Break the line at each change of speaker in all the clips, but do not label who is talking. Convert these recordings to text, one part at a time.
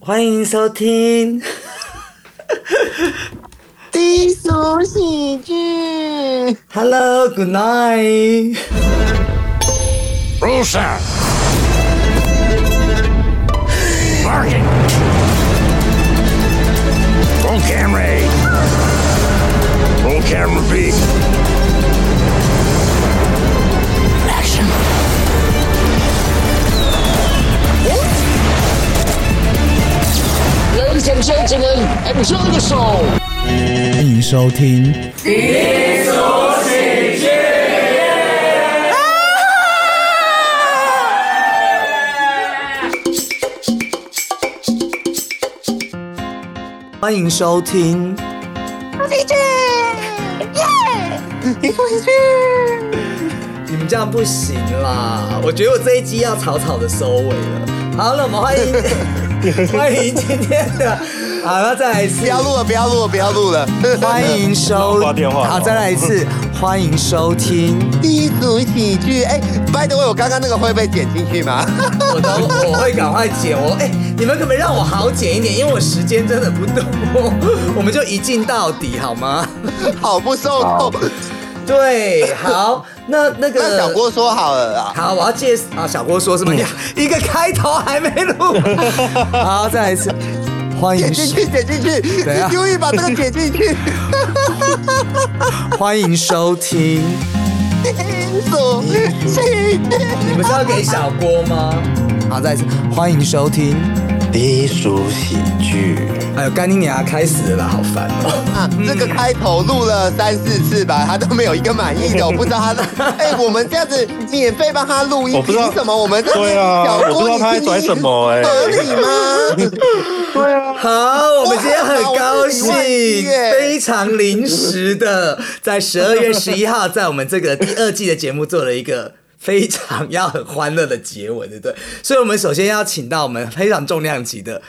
欢迎收听
低俗喜剧。
Hello Good Night。
Rusa. Bargain. Roll camera A. Roll camera B. Action.
Ladies and gentlemen, enjoy the show.
欢迎收听《
欢迎收听，
喜剧，耶！低俗喜剧。
你们这样不行啦！我觉得我这一集要草草的收尾了。好了，我们欢迎 欢迎今天的，好，那再来一次
不，要录了，不要录了，不要录了。
欢迎收，好，再来一次，欢迎收听。
低俗喜剧，哎、b y the way，我刚刚那个会被剪进去吗？
我都我会赶快剪我哎、你们可不可以让我好剪一点？因为我时间真的不多，我们就一镜到底好吗？
好不受控。
对，好，那那个
那小郭说好了啦，
好，我要介啊，小郭说什么？一个开头还没录，好，再来一次，欢
剪
迎
进去，剪进去，
等一下
你终于把这个剪进去。
欢迎收听，
低俗喜
你
剧，
们是要给小郭吗？好，再一次，欢迎收听。
低俗喜剧，
哎呦，干你娘，开始了，好烦哦！
啊，这个开头录了三四次吧，他都没有一个 满意的，我不知道他那。哎、我们这样子免费帮他录音，
我不知道
凭什么？我们这边
对啊
小
我不
郭你
知道他在
听
拽
音
什么哎
合理吗？
好，我们今天很高兴
哇我是一万一，耶
非常临时的，在十二月十一号，在我们这个第二季的节目做了一个。非常要很欢乐的结尾，对不对？所以，我们首先要请到我们非常重量级的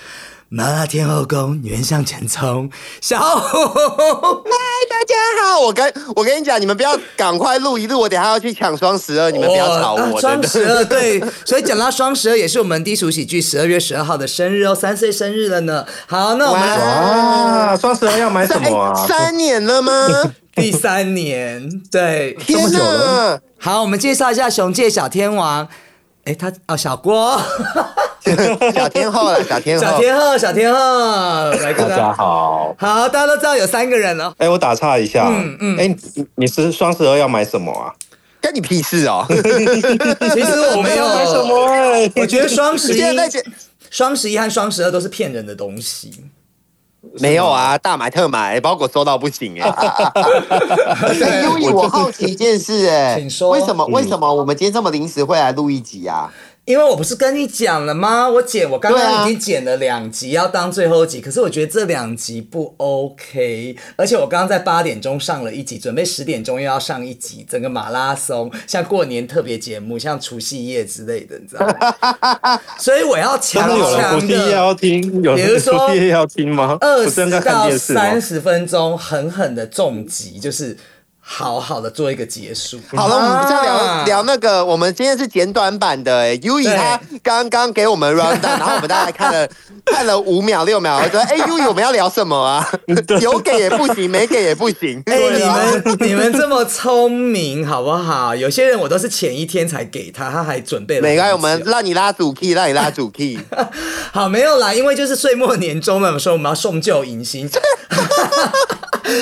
麻辣天后宫原向前冲小虎。
嗨，大家好，我跟我跟你讲，你们不要赶快录一录，我等一下要去抢双十二，你们不要吵
哦啊
我，真
双十
的。
二对，所以讲到双十二，也是我们低俗喜剧十二月十二号的生日哦，三岁生日了呢。好，那我们来
啊，双十二要买什么啊
三？哎三年 了吗？
第三年，对，
天哪！
好，我们介绍一下熊界小天王。哎，他哦，小 郭，
小天后了，小天后，
小天后，小天后，来跟
大家。好，
好，大家都知道有三个人 了。
哎、我打岔一下，
嗯嗯
嗯嗯，哎、你你是双十二要买什么啊？
干你屁事 哦！
其实我没有，
买什么、哎，
我觉得双十一
现在在、
啊双十一和双十二都是骗人的东西。
没有啊，大买特买，包裹收到不行 哎、哎优以我好奇一件事哎、
请说嗯
为什么为什么我们今天这么临时会来录一集啊？
因为我不是跟你讲了吗？我剪，我刚
对
刚
啊
已经剪了两集，要当最后一集。可是我觉得这两集不 OK，而且我刚刚在八点钟上了一集，准备十点钟又要上一集，整个马拉松，像过年特别节目，像除夕夜之类的，你知道吗？ 所以我要
真
强
的有人除
强
夕夜
的
要听，有
比如
人
说
除夕夜要听吗？
二
我真
十
的看
到
电视吗？哦
三十分钟，狠狠的重击，就是好好的做一个结束。
好了，我们不要聊、
啊
聊那个，我们今天是简短版的、欸。优以
对
他刚刚给我们 round down，然后我们大概看了看了五秒六秒，说：“哎、优以我们要聊什么啊？有给也不行，没给也不 行。
哎、
啊
你们你们这么聪明好不好？有些人我都是前一天才给他，他还准备了很久。啊
没关系，我们让你拉主 key，让你拉主 key。
好没有啦，因为就是岁末年终嘛，我们说我们要送旧迎新，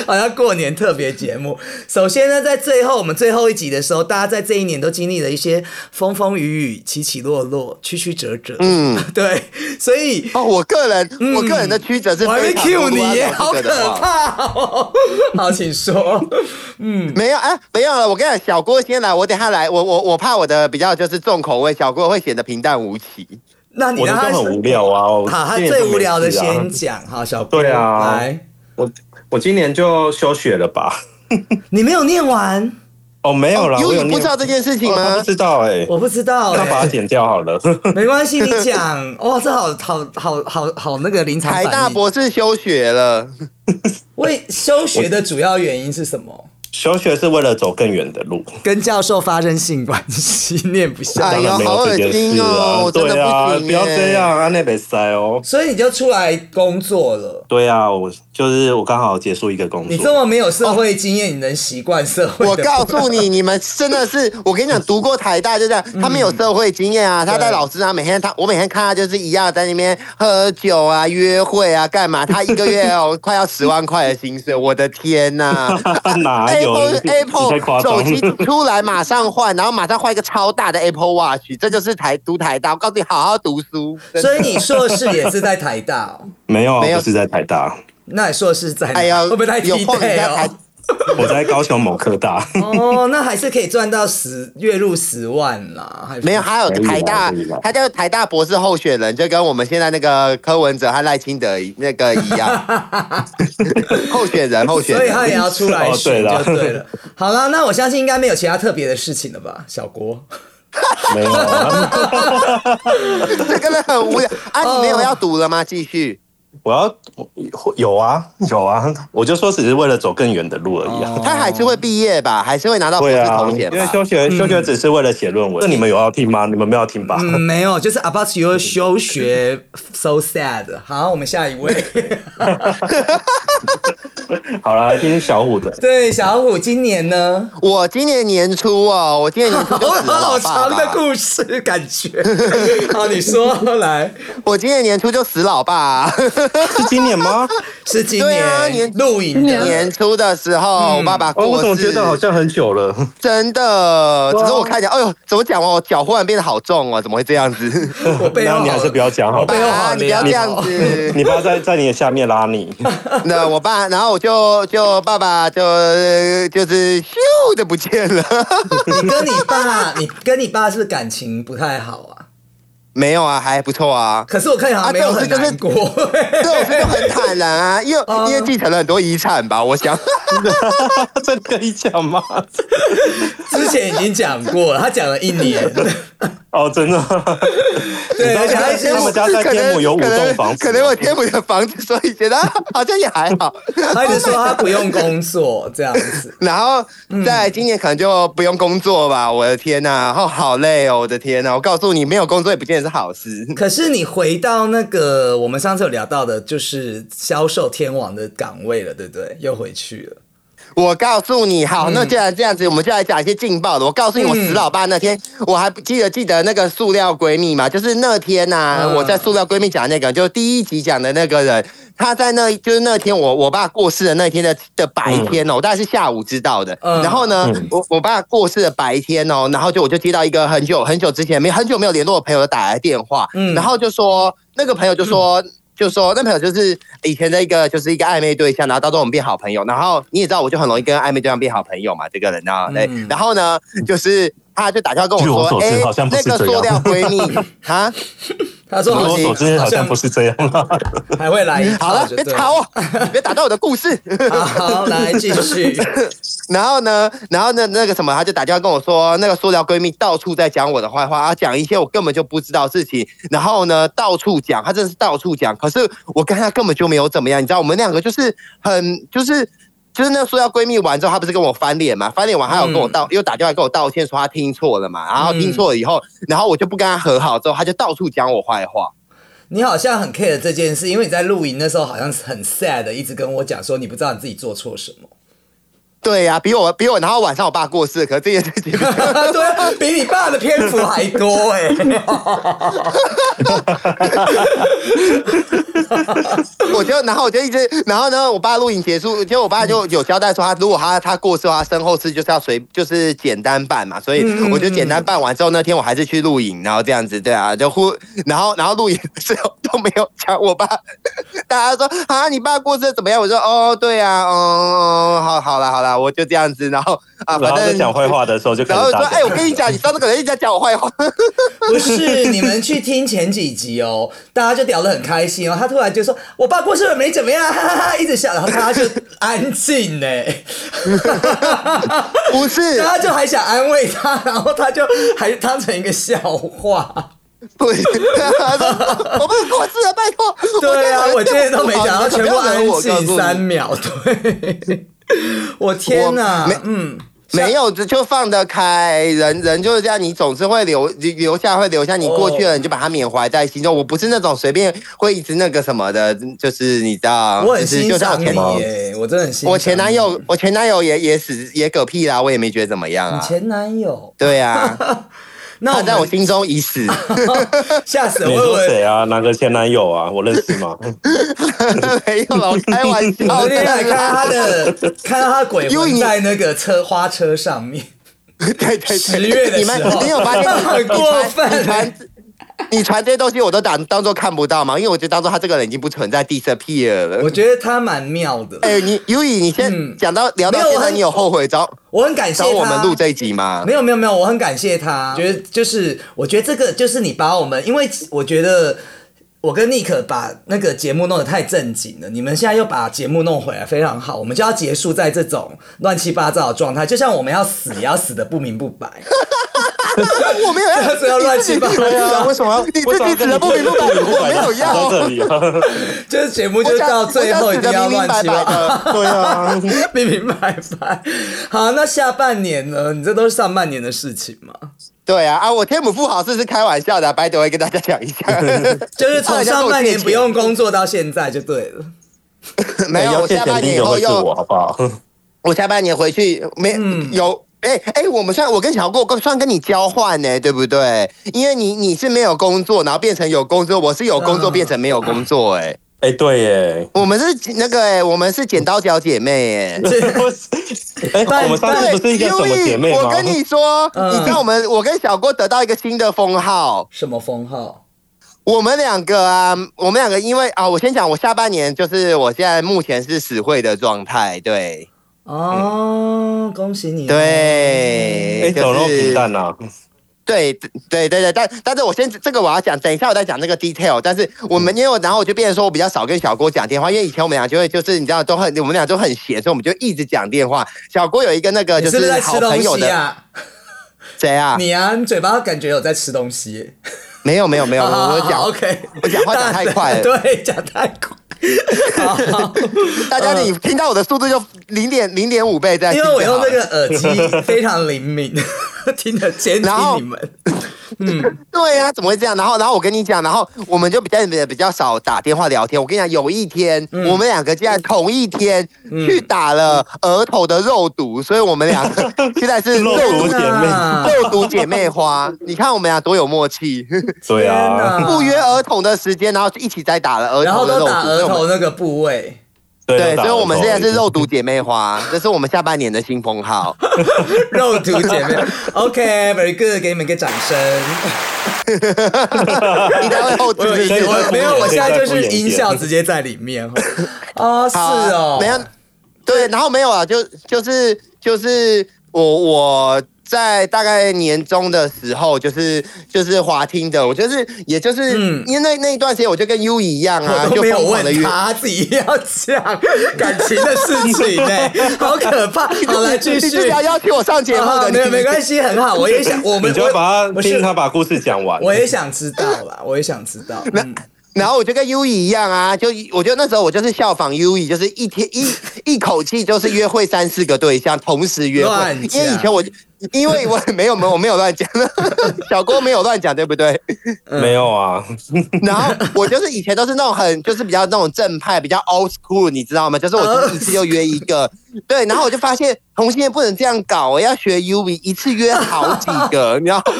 好像过年特别节目。首先呢，在最后我们最后一集的时候，大家在这一年都经历了一些风风雨雨、起起落落、曲曲折折。嗯， 对，所以
哦，我个人、我个人的曲折是
嗯我还没
非常
Q 你耶，
耶，
好可怕哦！ 好，请说。
没有啊，没有了。我跟你讲，小郭先来，我等下来，我我我怕我的比较就是重口味，小郭会显得平淡无奇。
那你
我
让
的
他
都很无聊啊，我
好，他
今年都
最
没
无聊的
事啊
先讲，好，小郭，
对啊
来，
我我今年就休学了吧？
你没有念完，
哦，没有啦，
优
我有
以
念
不知道这件事情
哦他
吗
不？知道哎、
我不知道、
那把它
欸，
剪掉好了。
没关系，你讲， 哇，这好好好好好那个临场
台大
反应。
博士休学了。
为休学的主要原因是什么？
休学是为了走更远的路。
跟教授发生性关系，念不下。
哎
当
呦
然没
好
有
恶
这件
心
事
哦
啊，
我真的
对啊，
不行
不要
欸
这样啊，那北塞哦。
所以你就出来工作了。
对啊，我就是我刚好结束一个工
你这
作，
么没有社会经验，你能习惯社会的？
哦我告诉你，你们真的是，我跟你讲，读过台大就 这样，
嗯
他们有社会经验啊。他带老师啊，每天他我每天看他就是一样在那边喝酒啊、约会啊、干嘛。他一个 月哦，快要十万块的薪水，我的天呐、
哪 有
Apple
你你太
Apple
夸张
手
了
机出来马上换，然后马上换一个超大的 Apple Watch，这就是台读台大。我告诉你，好好读书。真的
所以你硕士也是在台大、哦，
没有啊，
没有
我不是在台 大，
那你硕士在哪？
哎呀，
会不会太
有
低
空你
配
在
哦
台？
我在高雄某科大。
哦，那还是可以赚到十月入十万啦，还不
没有，还有
啊
可以啦
台大
可以啦，
他叫台大博士候选人，就跟我们现在那个柯文哲和赖清德一那个一 样，候选人，候选
所以他
人。
也要出来
哦对
选
啦
就对了。好啦，那我相信应该没有其他特别的事情了吧，小郭？
没有啊，
这个人很无聊啊！
哦
你没有要赌了吗？继续。
我要我有啊有啊，我就说只是为了走更远的路而已
哦
啊。
他还是会毕业吧？还哦是会拿到博
对
士
啊，
头
因
衔
为
吧？嗯
休学休学只是为了写论文，那你们有要听吗？你们没有要听吧？
嗯，没有，就是 about your 休学 so sad。好，我们下一 位。
嗯
好啦，听听小虎的。
对，小虎今年呢，
我今年年初哦，我今年年初就
好
死 了
好
老爸
长的
爸。
故事，感 觉。好，你说来，
我今年年初就死老爸啊。
是今年吗？
是今
对啊年
露营的。
年初的时候，
嗯
我爸爸
哦，我
过
怎么觉
世，
得好像很久了？
真的。只是我看起来，哎呦，怎么讲哦？我脚忽然变得好重哦，怎么会这样子？
我背后
那你还是不要讲好
我
了
背后
啊
好
你不要
凉
这样
哦。
子。
你爸在在你的下面拉 你，
那我爸，然后我就就爸爸就就是咻的不见了。
你跟你爸，你跟你爸是不是感情不太好啊？
没有啊，还不错啊。
可是我看你好像没有
啊
很
这种事
难过。
这种事就很坦然啊， 因为
嗯
因为继承了很多遗产吧，我想。
这可以讲吗？
之前已经讲过了，他讲了一 年。
哦，真的，
对，而且他
因为我们家在
可能
天母有五栋房子
可能可能我天母的房子，所以觉得啊好像也还 好。
他一直说他不用工作这样子。
然后在今年可能就不用工作吧，我的天呐、然后好累哦，我的天呐、我告诉你，没有工作也不见得是好事。
可是你回到那个我们上次有聊到的，就是销售天王的岗位了，对不对？又回去了。
我告诉你，好，那既然这样子，我们就来讲一些劲爆的。我告诉你，我死老爸那天，我还不记得记得那个塑料闺蜜嘛，就是那天呐、
嗯
我在塑料闺蜜讲那个，就是第一集讲的那个人，他在那就是那天我我爸过世的那天的的白天哦，
嗯
我大概是下午知道的。
嗯
然后呢，我我爸过世的白天哦，然后就我就接到一个很久很久之前没很久没有联络的朋友打来电话，
嗯
然后就说那个朋友就说。就说那朋友就是以前的一个就是一个暧昧对象，然后到时候我们变好朋友，然后你也知道我就很容易跟暧昧对象变好朋友嘛，这个人啊，对，
嗯
然后呢就是他就打电话跟我
据我
说，
所知
哎、
好像不
那
是
个
这样
塑料闺 蜜啊，
他说
据
好
我所知
像
好像不是这样啦。
还会来一 套
好了，
就
别
对了，
吵我，你别打断我的故事。
好，来继续。
然后呢，然后呢，那个什么，他就打电话跟我说，那个塑料闺蜜到处在讲我的坏话，啊，讲一些我根本就不知道的事情，然后呢，到处讲，他真的是到处讲。可是我跟他根本就没有怎么样，你知道，我们两个就是很就是。就是那个塑料闺蜜完之后，她不是跟我翻脸嘛？翻脸完，她有跟我道，又打电话跟我道歉，说她听错了嘛。然后听错了以后，然后我就不跟她和好，之后她就到处讲我坏话。
你好像很 care 这件事，因为你在露营那时候好像是很 sad，的一直跟我讲说你不知道你自己做错什么。
对呀、比我比我，然后晚上我爸过世，可是这件事情
对啊，比你爸的篇幅还多哎、
我就，然后我就一直，然后呢，我爸录影结束，结果我爸就有交代说他，如果他他过世的话，身后事就是要随就是简单办嘛，所以我就简单办完之后，那天我还是去录影，然后这样子，对啊，就忽，然后然后录影的时候都没有讲我爸，大家说啊，你爸过世怎么样？我说哦，对啊，哦，哦好，好啦，好啦，我就这样子，然后啊， 反
然后在
正
讲坏话的时候就开
然后
始
我说
打
哎、我跟你讲，你上次可能一直在讲我坏话，
不是，你们去听前几集哦，大家就聊得很开心哦。他突然就说：“我爸过世了，没怎么样。”哈哈哈，一直笑，然后大家就安静呢，
不是，
大家就还想安慰他，然后他就还当成一个笑话。
对， 他说我不是过世了，拜托。
对啊，我今
今天
天都没想到，全部安静三
秒。
秒。对，我天哪
我没，
嗯，
没有，这就放得开。人人就是这样，你总是会留留下，会留下你过去
哦
了，你就把它缅怀在心中。我不是那种随便会一直那个什么的，就是你知道，
我很
就是
欣
就像我
赏你
前
耶，我真的很欣赏。
我前男，友，我前男友也也死也嗝屁啦，我也没觉得怎么样
你
啊。
前男友，
对啊，
那
他
我
在我
们
心中 已死。
吓死
哎
你
我！
说
我以为
谁啊？哪个前男友啊？我认识吗？
没有啦，我开玩笑
我那天还看到他的，
的。
看到他鬼
因为
魂
你
在那个车花车上面，
对对对，
十月的
你
时候
们你有发现
很过分
你传你传这些东西，我都当当做看不到嘛，因为我就当做他这个人已经不存在，disappear 了
我。觉得他蛮妙的。
哎、你尤以你先讲到、聊
没
到
有
现
我
在，
很
你有后悔找
我很感谢
找
他。
我们录这一集吗？
没有没有没有，我很感谢他，觉得就是我觉得这个就是你把我们，因为我觉得。我跟尼克把那个节目弄得太正经了，你们现在又把节目弄回来，非常好。我们就要结束在这种乱七八糟的状态，就像我们要死也要死的不明不白。
我没有要，
这要乱七八糟
对啊为什么要？你自己指的不明不 白，我没有
到这
要。
里 啊，
就是节目就是到最后一定要乱七八糟，
糟。对啊，
明明白白。好，那下半年呢？你这都是上半年的事情嘛？
对啊啊！我天母富豪是是开玩笑的、白德威跟大家讲一下，
就是从上半年不用工作到现在就对了。
没有，
哎要
我
借
下
钱
半
第
年以
一个
后
会是
又
我，好不好？
我下半年回去没、
嗯
有。哎、哎、我们算我跟小郭算跟你交换呢、对不对？因为你你是没有工作，然后变成有工作，我是有工作
嗯
变成没有工作、哎、
哎，对耶，
我们是那个哎、我们是剪刀脚姐妹哎、
哎，
但
我们上
对，
次不是一个什么姐妹
Yui，
吗
我？跟你说，
嗯
你知道我们我跟小郭得到一个新的封号，
什么封号？
我们两个啊，我们两个因为啊，我先讲，我下半年就是我现在目前是死会的状态，对
哦，恭喜你！，
哎，
对，
走肉
就
平
是
淡啊，
对对对对，但但是我先这个我要讲，等一下我再讲那个 detail。但是我
嗯
们因为我然后我就变成说我比较少跟小郭讲电话，因为以前我们俩就会就是你知道都很我们俩都很闲，所以我们就一直讲电话。小郭有一个那个
你
就是
不是在
好
吃
朋
东
友
西
的
啊？
谁啊？
你啊，你嘴巴感觉有在吃东西耶。
没有没有没 有，
好
我我
好
讲
好 OK，
我讲话讲太快 了
对，讲太快。好 好
大家你听到我的速度就零点零点五倍在，
嗯因为我用那个。耳机非常灵敏， 听得监听
然后
你们。
对呀、怎么会这样？然后，然后我跟你讲，然后我们就比较比较少打电话聊天。我跟你讲，有一天、我们两个竟然同一天去打了额头的肉毒，所以我们两个现在是
肉
肉
毒
毒
姐妹，
啊
肉毒姐妹花。你看我们俩多有默契，
对啊，
不约儿童的时间，然后一起再打了额
然后
头的
都
肉毒。
打
所以
额
我们
头那个部位，
对，所以我们现在是
肉。
肉毒姐妹花，这是我们下半年的新封号。
肉毒姐妹。OK，very、good，给你们一个掌声。
应该会后置
我有
是
一
不
对
是，
我没有，我现在就是
对对对
音效直接在里 面。哦，是
好啊
哦，
没有，对，然后没有啊，就就是就是我我在大概年中的时候，就是就是滑听的，我就是也就是、
嗯
因为那那一段时间我就跟 U 一样啊，
我都
就
没有
疯狂的
问
约。
他，自己要讲感情的事情呢、 好可怕。好，来继
你
续
是。要邀请我上节目
好
的，
好没有没关
系。
系，很好。我也想，我们
你就要把
我
他
是
听他把故事讲完。
我也想知道啦，我也想知道。嗯，
然后我就跟 U 一样啊，就我觉得那时候我就是效仿 U 一，就是一天一一口气就是约会三四个对象，同时约会。
乱讲
因为以前我因为我没有没有我没有乱讲， 小郭没有乱讲，对不对？
没有啊，
然后我就是以前都是那种很就是比较那种正派，比较 old school，你知道吗？就是我就是一次就约一个，对。然后我就发现同性恋不能这样搞，我要学 U V，一次约好几个，然后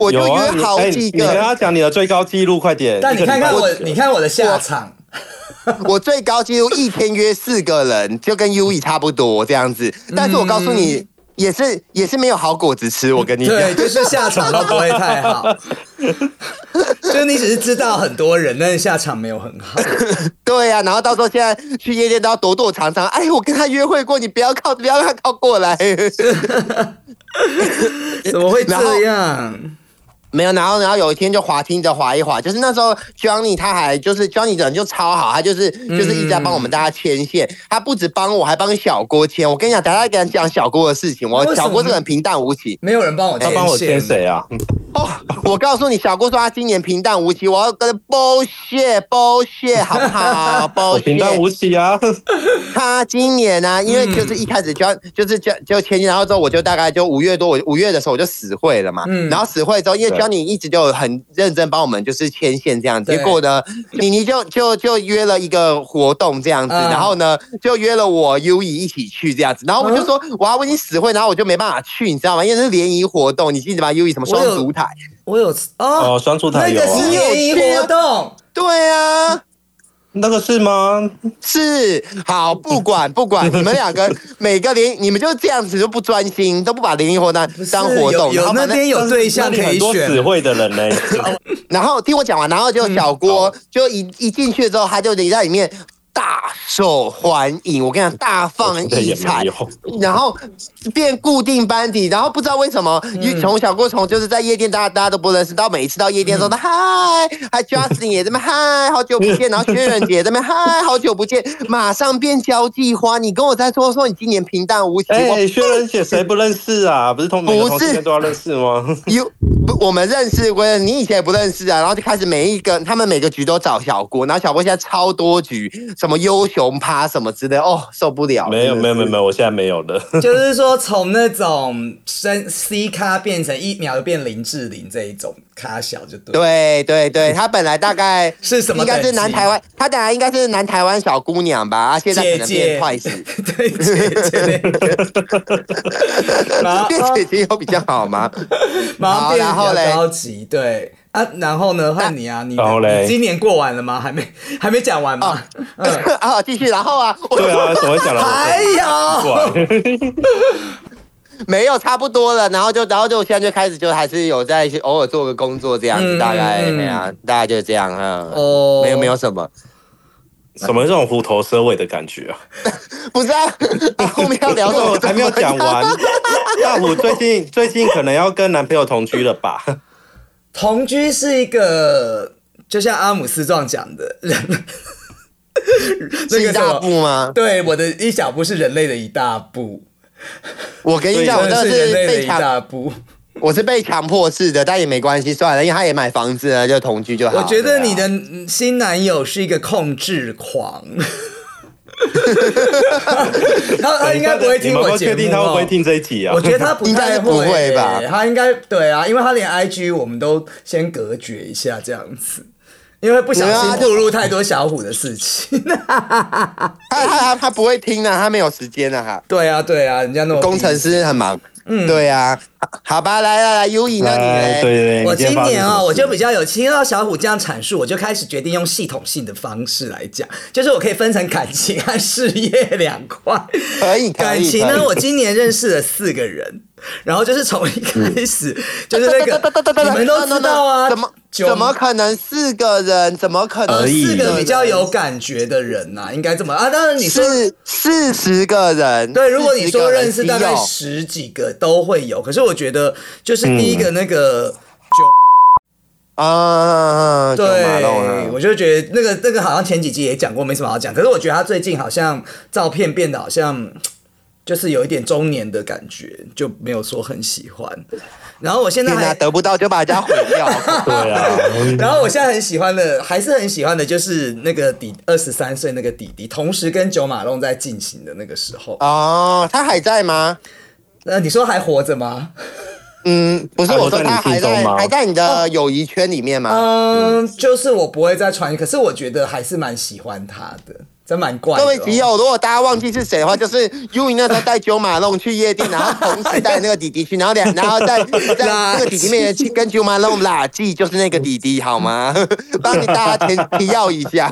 我就
有啊，
约
你
好
哎
几
你
个。
跟他讲你的最高纪录，快点。
但你看看
一个
我
礼拜，
你看我的下场，
我最高纪录一天约四个人，就跟 U E 差不多这样子。但是我告诉你，也是也是没有好果子吃。我跟你讲，
对，就是下场都不会太 好。就你只是知道很多人，但是下场没有很好。
对呀、然后到时候现在去夜店都要躲躲藏藏。哎，我跟他约会过，你不要靠，不要让他靠过来。
怎么会
然后
这样？
没有，然后然后有一天就滑听着滑一滑，就是那时候 Johnny 他还就是 Johnny 人就超好，他就是
嗯
就是一直在帮我们大家牵线，他不止帮我，还帮小郭牵。我跟你讲，等一下跟你讲小郭的事情，
为什
我
么
小郭这个人平淡无奇
没有人帮我牵
他
线，
帮我牵谁啊？
哦。我告诉你，小郭说他今年平淡无奇，我要跟他剥削剥削，好不好？剥
哦
我
削
平淡无奇啊！
他今年啊，因为
嗯
就是一开始就要、就是就就签约，然后之后我就大概就五月多，我五月的时候我就死会了嘛。
嗯
然后死会之后，因为
对
Johnny 一直就很认真帮我们就是牵线这样，
对
结果呢，妮妮就就就约了一个活动这样子，
嗯
然后呢就约了我 U E 怡一起去这样子，然后我
嗯
就说、哇，我已经死会，然后我就没办法去，你知道吗？因为是联谊活动，你记得吗？U 怡什么双
我有
足台？
我有哦
哦，双出台
那
有
个
啊，
是联谊活动，
对啊。
那个是吗？
是好，不管不管，你们两个每个联，你们就这样子就不专心，都不把联谊活动
不是
当活动，
有
然
有
后
那
反正
边有对象
那里
可以
很多死
选，哦
会的人呢、
然后听我讲完，然后就小郭就一一进去之后，他就得在里面大受欢迎，我跟你讲，大放
我
异
也
彩
没有，
然后变固定班底，然后不知道为什么，因为从小郭从就是在夜店，大家大家都不认识，到每一次到夜店的时候，嗨，还 Justin 也在那边嗨，好久不见，然后薛仁杰在那边嗨，好久不见，马上变交际花。你跟我在说说你今年平淡无奇，
哎、
我
薛仁姐谁不认识啊？不是同
不
每个同
是
性恋都要认识 吗？
有不我们认识过，你以前也不认识啊，然后就开始每一个他们每个局都找小郭，然后小郭现在超多局，什么优雄趴什么之类，哦，受不了。
没有
真的
没
是
有没有没有，我现在没有了。
就是说从那种生 C 咖变成一秒就变林志玲这一种咖小就对了。
对对对，她本来大概
嗯是什么
应该
等
是
级啊
南台湾，她本来应该是南台湾小姑娘吧，她现在
姐
可能变
姐
快死，，
对姐姐那个，然后
变姐姐有比较好吗？
马上
好
变
然后
得比
嘞
较高级，对啊，然后呢，换你啊，你的
然后嘞
你今年过完了吗？还没还没讲完
哦
吗？嗯，
啊，继续，然后啊，我
对啊，怎么会讲了？
还有，
对，
没有差不多了，然后就然后就我现在就开始就还是有在偶尔做个工作这样子，
嗯
大概
嗯
哎呀，大概就是这样嗯哈。
哦
没有没有什么，
什么这种虎头蛇尾的感觉啊？
不 是啊，啊后面要聊什么
我还没有讲 完。大虎最近最近可能要跟男朋友同居了吧？
同居是一个，就像阿姆斯壮讲的， 人那
是
个
一
什
大
么，
步吗？
对，我的一小步是人类的一大步，
我跟你
对
讲，我
真
真
的
的
是人
是
类的
被
一
强，
大步。
我是被强迫式的，但也没关系，算了，因为他也买房子了，就同居就好。
我觉
对
得
啊
你的嗯新男友是一个控制狂。 他 他应该不会听
哎你们有没
我
有
节
确
目
定
哦、
他会不会听这一集啊？
我觉得他不
应该
太
是不会吧
他应该对啊，因为他连 IG 我们都先隔绝一下这样子，因为不小
没有
心
啊
步入太多小虎的事情。
他他他他不会听啊，他没有时间啊，哈。
对啊，对啊，人家那么
工程师很忙，嗯，对啊，好好吧，来来来，优颖呢你
哎，
嘞？
对对对，
我
你
今
发生
年
什
哦，
么
我
事
就比较有听到小虎这样阐述，我就开始决定用系统性的方式来讲，就是我可以分成感情和事业两 块。
可以可以
感情
可
呢，
以
我今年认识了四个人，然后就是从一开始就是那
哒哒哒 哒
个
哒
你们都知道啊，
怎么
九
怎么可能四个人？怎么可能
而已
呃四个比较有感觉的人呐、应该这么啊？当然你说
四四十个人？
对，如果你说认识
40
大概
有
十几个都会有，可是我觉得就是
嗯
第一个那个九。
啊，九马龙啊
对，我就觉得那个那个好像前几集也讲过，没什么好讲。可是我觉得他最近好像照片变得好像就是有一点中年的感觉，就没有说很喜欢。然后我现在
天哪，
还，
得不到就把人家毁掉，
对 啊，
然后我现在很喜欢的，还是很喜欢的，就是那个弟二十三岁那个弟弟，同时跟九马龙在进行的那个时候。
哦，他还在吗？
那、你说还活着吗？
嗯，不是，
他还
我说
在
他
你心
还
中
在，
吗
还在你的友谊圈里面吗？
嗯，就是我不会再穿，可是我觉得还是蛮喜欢他的，真蛮怪的、
各
哦。
位基友，如果大家忘记是谁的话，就是 U 那时候带九马龙去夜店，然后同时带那个弟弟去，然后两，然后在在那个弟弟面前去跟九马龙拉记，就是那个弟弟，好吗？ 帮你大家提提要一下，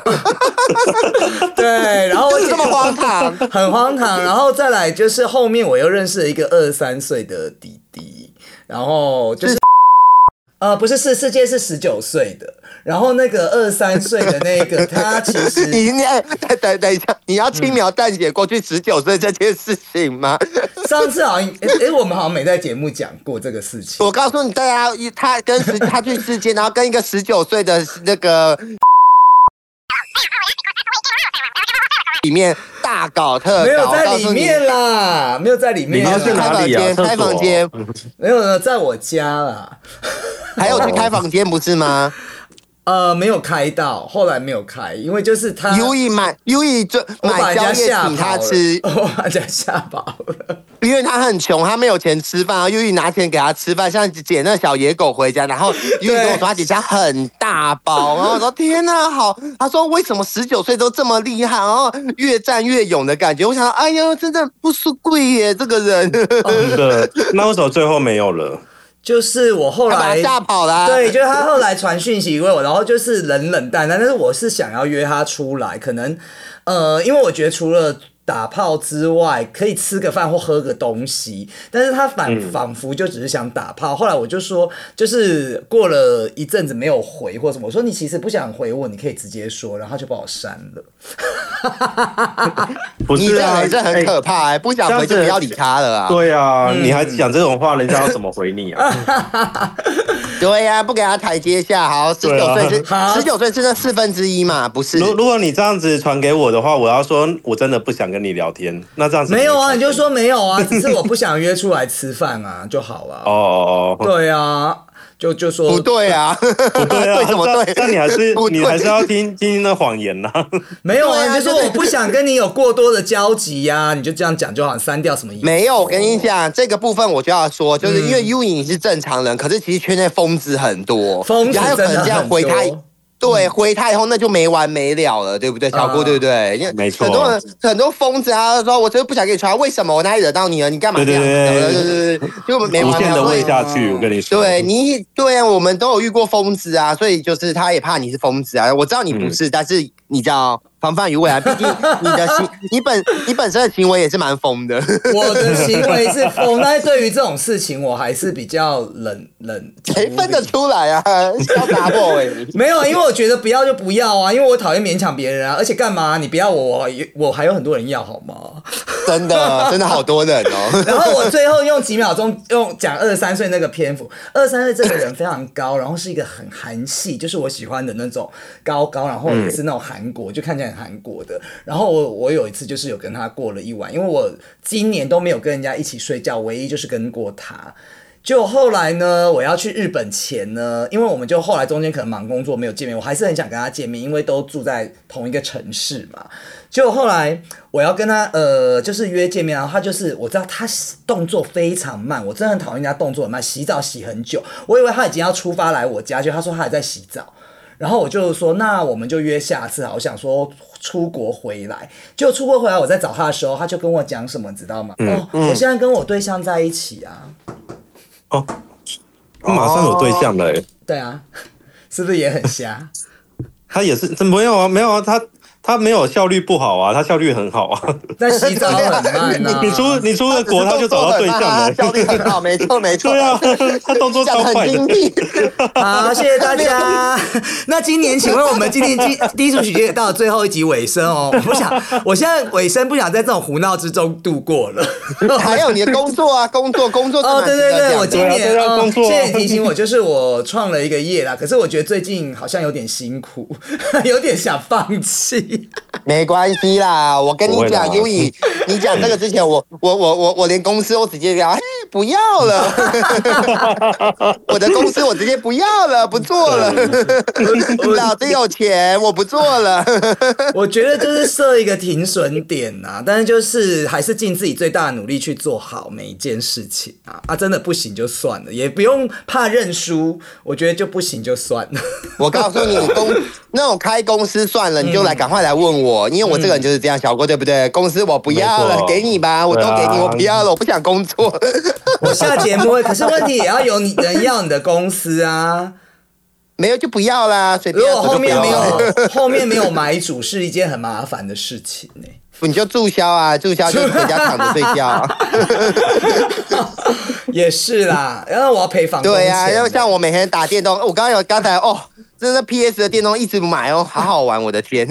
对，然后我
就是这么荒唐。
很荒唐。然后再来就是后面我又认识了一个二三岁的弟弟，然后就是呃，不是，是世界是十九岁的，然后那个二三岁的那个，他其实
你你哎，等等等一下，你要轻描淡写过去十九岁这件事情吗？
上次好像，诶、诶我们好像没在节目讲过这个事情。
我告诉你，大家一他跟十他去世界，然后跟一个十九岁的那个里面大搞特搞，
没有在
告
里
诉你
面啦，没有在里面
你
啦，
要去
开
哪
房
里啊
间，
厕所
开房间，
没有呢，在我家啦。
还有去开房间不是 吗？
呃，没有开到，后来没有开，因为就是他
优以 E 买优以就
我把
买
人
宵
家
夜
吓
请他
跑了
吃，
我把人家吓跑了。
因为他很穷，他没有钱吃饭啊。优以拿钱给他吃饭，像捡那小野狗回家，然 后优以跟我说他姐家很大包，然后我说天哪、好。他说为什么十九岁都这么厉害，然后越战越勇的感觉。我想到，哎呦，真的不输贵耶，这个 人。
那个那为什么最后没有了？
就是我后
他把
来
他吓跑啦
对，就是他后来传讯息给我，然后就是冷冷淡淡，但是我是想要约他出来，可能呃，因为我觉得除了。打炮之外，可以吃个饭或喝个东西，但是他反
嗯
仿佛就只是想打炮。后来我就说，就是过了一阵子没有回或什么，我说你其实不想回我，你可以直接说，然后他就把我删了。
不
你
是
这
啊，
人这很
哎
可怕、哎不想回就不要理他了啊。
对啊，
嗯
你还讲这种话，人家要怎么回你 啊？
对呀、不给他台阶下，好，十
对
九
啊
岁是
好
十九岁是那四分之一嘛，不是？
如如果你这样子传给我的话，我要说我真的不想跟你聊天。那这样子
没有啊，
会
你就说没有 啊，只是我不想约出来吃饭啊，就好了。
哦哦哦，
对啊，就就说
不对啊， 不
对啊，
什么对？
但你 还是
不对
你还是要听听那谎言呐、
没有啊，
对啊
你就说
就是
我不想跟你有过多的交集呀、你就这样讲就好，删掉什么意思？
没有，我跟你讲，这个部分我就要说，就是因为 U 影是正常人，可是其实圈内疯子很多，
疯子
然后有可
真的
能这样
很
回他
多。
对，回他以后那就没完没了了，对不对，小郭，
啊
对不对？因为
没错
很多人很多疯子啊，说我真的不想跟你穿，为什么我哪里惹到你了？你干嘛
对
这
对
样？
对
对对对，就 没啊
无
完没
限
了。
的
所以
问下去，我跟你说。
对你，对啊，我们都有遇过疯子啊，所以就是他也怕你是疯子啊。我知道你不是，但是你知道防范于未然，毕竟你的行，你本你本身的行为也是蛮疯的。
我的行为是疯，但是对于这种事情，我还是比较冷冷。
谁哎分得出来 啊？要打破
欸
哎、
没有，啊因为我觉得不要就不要啊，因为我讨厌勉强别人啊，而且干嘛？你不要我，我还我还有很多人要好吗？
真的，真的好多人哦。
然后我最后用几秒钟用讲二十三岁那个篇幅，二十三岁这个人非常高，然后是一个很韩系，就是我喜欢的那种高高，然后也是那种韩国，就看起来很韩国的。然后我我有一次就是有跟他过了一晚，因为我今年都没有跟人家一起睡觉，唯一就是跟过他。就后来呢，我要去日本前呢，因为我们就后来中间可能忙工作没有见面，我还是很想跟他见面，因为都住在同一个城市嘛。就后来我要跟他呃，就是约见面，然后他就是我知道他动作非常慢，我真的很讨厌人家动作很慢，洗澡洗很久，我以为他已经要出发来我家，就他说他还在洗澡。然后我就说，那我们就约下次好，我想说出国回来，就出国回来，我在找他的时候，他就跟我讲什么，你知道吗？哦，我现在跟我对象在一起啊。
哦，马上有对象了、欸，
对啊， 是不是也很 瞎？
他也是，这没有啊，没有啊，他他没有效率不好啊，他效率很好啊。
但洗澡很慢啊
啊
呐、
你出你出了国，他就找到对象了、
效 率很好，没错没错。
对啊， 他动作
讲
超
得
快
很
的
精。辟。
好，谢谢大 家。 那今年，请问我们今天第低俗喜剧也到了最后一集尾声哦。我不 想，我现在尾声不想在这种胡闹之中度过 了。
还有你的工作啊，工作工作
哦，对对对，我今
天
年
对啊都要
哦，
工
谢
作啊
谢你提醒我，就是我创了一个业啦，可是我觉得最近好像有点辛苦， 有点想放弃。
没关系啦。我跟你讲，
不会啦
优以，你讲这个之前，我我我我我连公司我直接聊，嘿，不要 了。我的公司我直接不要了，不做了。
嗯
老子有钱，我不做了。
我觉得就是设一个停损点啊， 但是就是还是尽自己最大的努力去做好每一件事情啊啊，真的不行就算了，也不用怕认输，我觉得就不行就算了。
我告诉你，公那种开公司算了，你就来赶快来问我，因为我这个人就是这样，小郭对不对？公司我不要
没
了，
错
给你吧，我都给
对
你，
啊
我不要了，我不想工作。
我下节目会，可是问题也要有你人要你的公司 啊。
没有就不 要啦，随
如
便。
果后面没
啊我就不要了
有后面没有买主是一件很麻烦的事情呢、
你就注销啊，注销就回家躺着睡 觉、啊。
也是啦，然后我要赔房东
对
钱啊
呀、
的。
要像我每天打电动，我刚刚有刚才哦，真的 PS 的电动一直买哦，好好玩，我的天！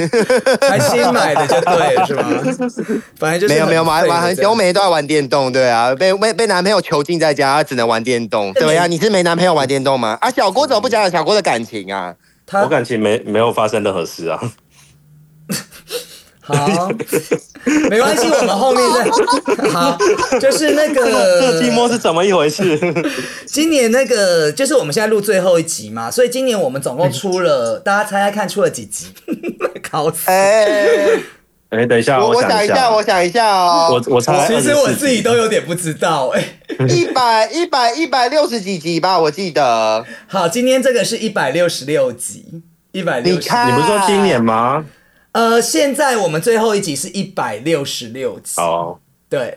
还新买的就对了，是吗？ 反正就是
没有没有玩
废的
玩很
这
久，
样
我每天都在玩电动，对啊，被被被男朋友囚禁在家，只能玩电动。
那你
怎么样？你是没男朋友玩电动吗？啊，小郭怎么不讲讲小郭的感情啊？
他
我感情没没有发生任何事啊。
好，没关系，我们后面 再好。就是那 个
寂寞是怎么一回事？
今年那个，就是我们现在录最后一集嘛，所以今年我们总共出了，大家猜猜看出了几集？ 搞死！
嗯哎、
哎、等一下，
我我
想
想一下，我想一下哦
我，我猜，
其实我自己都有点不知道哎、
一百一百一百六十几集吧，我记得。
好，今天这个是一百六十六集，一百
你
六十。
看，
你不是说今年吗？
呃，现在我们最后一集是一百六十六集，
哦，
对，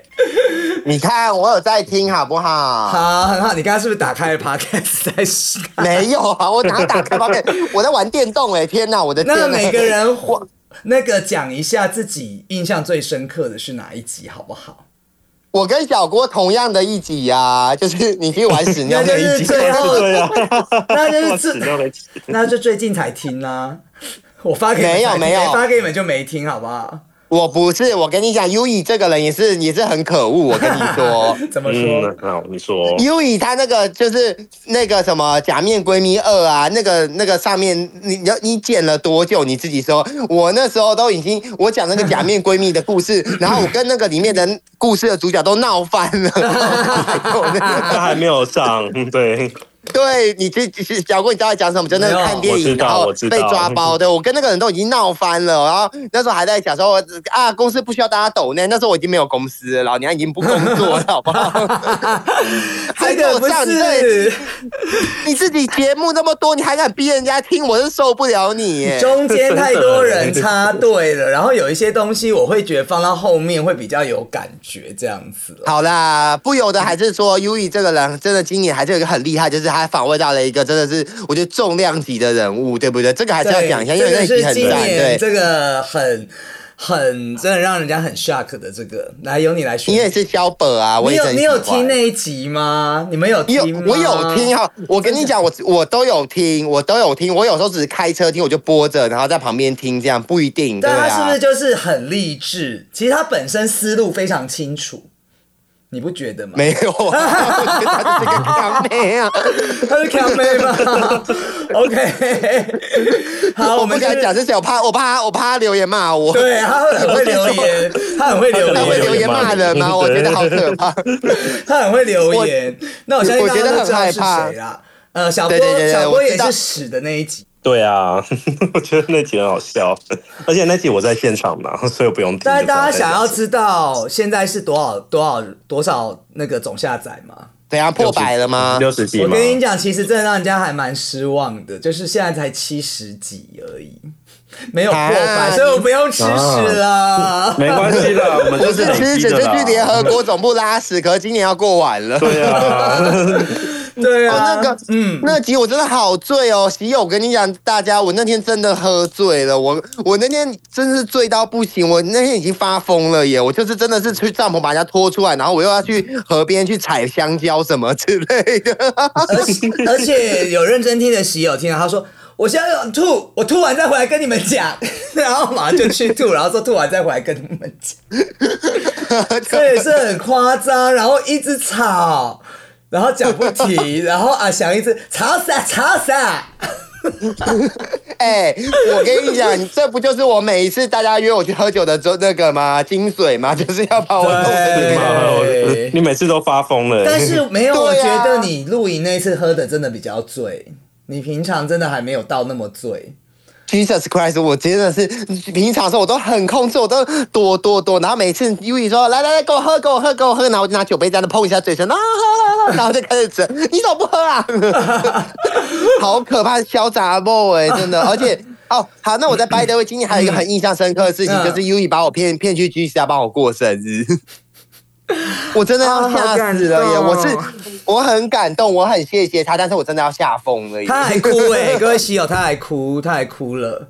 你看，我有在听，好不好？
好，很好。你刚刚是不是打开了 podcast 在试看？
没有啊，我哪打开发 票？我在玩电动哎、天哪， 我的天
那
哪！
每个人那个讲一下自己印象最深刻的是哪一集，好不好？
我跟小郭同样的一集呀、就是你去玩屎尿
那就
那一
是
集。
最后，
对啊，
那就 是
我死
最，
都没听。
那就最近才听啦、我发给你们
没有
才听
没有
发给你们就没听，好不好？
我不是，我跟你讲，优以这个人也是也是很可恶。我跟你 说
怎么说？
嗯，好，你说。
优以她那个就是那个什么假面闺蜜二啊，那个那个上面你你你剪了多久？你自己说，我那时候都已经我讲那个假面闺蜜的故事，然后我跟那个里面的故事的主角都闹翻了。
啊
他还没有上，嗯对，
对，你这其实小郭，你知道在讲什么？就那个
没有
看电
我
影
知道
然后
我知道
被抓包的，我跟那个人都已经闹翻了，然后那时候还在讲说啊，公司不需要大家抖内，那时候我已经没有公司了，老娘已经不工作了，好不 好？
这个不
还给我上对
是
你自己节目那么多，你还敢逼人家听，我是受不了你 耶。
中间太多人插队了，然后有一些东西我会觉得放到后面会比较有感觉，这样子啦。
好啦，不由得还是说优 i 这个人真的今年还是有一个很厉害，就是他访问到了一个真的是我觉得重量级的人物，对不啊对？这个还是要
对
讲一下，因
这
为那
个
一集
是
很
今
赞，对
年。这个很很真的让人家很 shock 的这个，来由你来说。
你也是肖本啊，我
你
也是
有
很
你有
喜欢
听那一集吗？你们有
你有
听吗？
我有听啊哈，我跟你讲，我我都有听，我都有听，我有时候只是开车听，我就播着，然后在旁边听，这样不一定。对
但
啊，
他是不是就是很励志？其实他本身思路非常清楚，你不觉得吗？
没有啊？我觉得他就是个康妹啊！
他是咖啡 吗？OK，好，我
不
们
敢
就是
讲这些，我怕，我怕，我怕他留言骂我。
对他会很会留言，他很会留
他会
言，
留言骂人吗？我觉得好可怕。
他很会留言。那我相信
我
大家
觉得
都
很
知道
害
是
怕
谁啦。呃，小波
对对对对
小波
我知
也
道
是屎的那一集。
对啊， 我觉得那集很好笑，而且那集我在现场嘛，所以我不用听。
但是大家
就知道在
想
讲
要
什么
知道现在是多少多少多少那个总下载吗？
怎样破百了吗？
六十集
我
吗？
跟你讲，其实真的让人家还蛮失望的，就是现在才七十几而已， 没有破百，
啊
所以我不用吃屎了。
没关系啦，我们
我
就是是
吃
累积
只
的
是
啦
去联合国总部拉屎，可是今年要过完了。
对啊，
对
哦，
啊，
那个，嗯，那集我真的好醉哦，喜友，我跟你讲，大家，我那天真的喝醉了，我我那天真是醉到不行，我那天已经发疯了耶，我就是真的是去帐篷把人家拖出来，然后我又要去河边去采香蕉什么之类的，
而且而且有认真听的喜友听到他说。我现在要吐，我吐完再回来跟你们讲， 然后马上就去吐，然后说吐完再回来跟你们 讲，这也是很夸张，然后一直吵，然后讲不 停，然后啊想一直吵死啊吵死啊，
哎、我跟你讲，这不就是我每一次大家约我去喝酒的时候那个吗？精髓吗？就是要把我弄
对
妈你每次都发疯了欸。
但是没有，我
对啊
觉得你露营那次喝的真的比较醉，你平常真的还没有到那么醉。
Jesus Christ！我真的是平常的时候我都很控制，我都躲躲躲，然后每次 U 说来来来，给我喝，给我喝，给我喝，然后我就拿酒杯这样子碰一下嘴唇，啊 喝喝喝，然后就开始整，你怎么不喝啊？ 好可怕，小杂货哎，真的，而且。哦，好，那我在拜德威今天还有一个很印象深刻的事情，
嗯
就是 U 把我骗骗去居家帮我过生日， 我真的要吓死了耶！
啊哦好感动
我是我很感动，我很谢谢他，但是我真的要吓疯了耶！
欸他还哭哎、各位喜友，他还哭，他还哭了。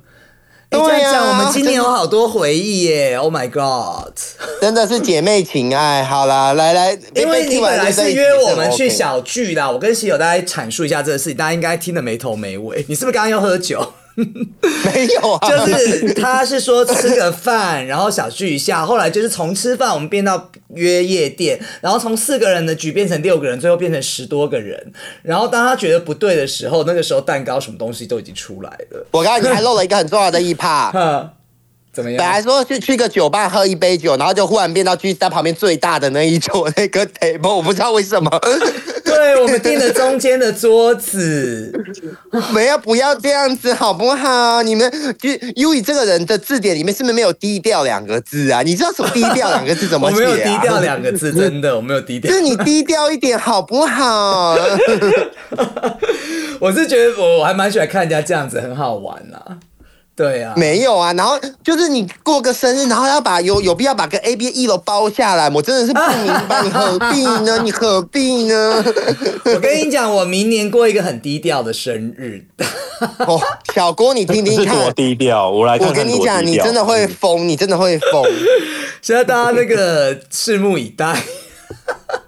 哎这样
对啊
讲，我们今年
真
有好多回忆耶！Oh my god！
真的是姐妹情爱。好啦，来来，
因为你
听
本
完
来
这
是
一集
约我们去，
真的 OK
小 聚啦，我跟喜友大家阐述一下这个事情，大家应该听得没头没尾。 你是不是刚刚又喝酒？
没有啊，
就是他是说吃个饭，然后小聚一下，后来就是从吃饭我们变到约夜店，然后从四个人的局变成六个人，最后变成十多个人。然后当他觉得不对的时候，那个时候蛋糕什么东西都已经出来了。
我刚才你还漏了一个很重要的 一趴。
哼，怎么
本来
样？
说是去个酒吧喝一杯酒，然后就忽然变到居家旁边最大的那一桌那个 table，我不知道为 什么。
对我们订了中间的桌子，
没有，不要这样子好不好？你们就 U 以这个人的字典里面是不是没有低调两个字啊？你知道什么低调两个字 怎
我没
么写啊？
有低调两个字，真的我没有低调
就。是你低调一点好不好？
我是觉得我我还蛮喜欢看人家这样子，很好玩啊。对啊，
没有啊，然后就是你过个生日，然后要把有有必要把个 A B E 一楼包下来，我真的是不明白，你何必呢？ 你何必呢？
我跟你讲，我明年过一个很低调的生日。
哦，小郭，你听听
这是
看，
多低调，我来看
我
看
跟你
多
讲，
低
你
调嗯
真的会疯，你真的会 疯。
现在大家那个拭目以 待，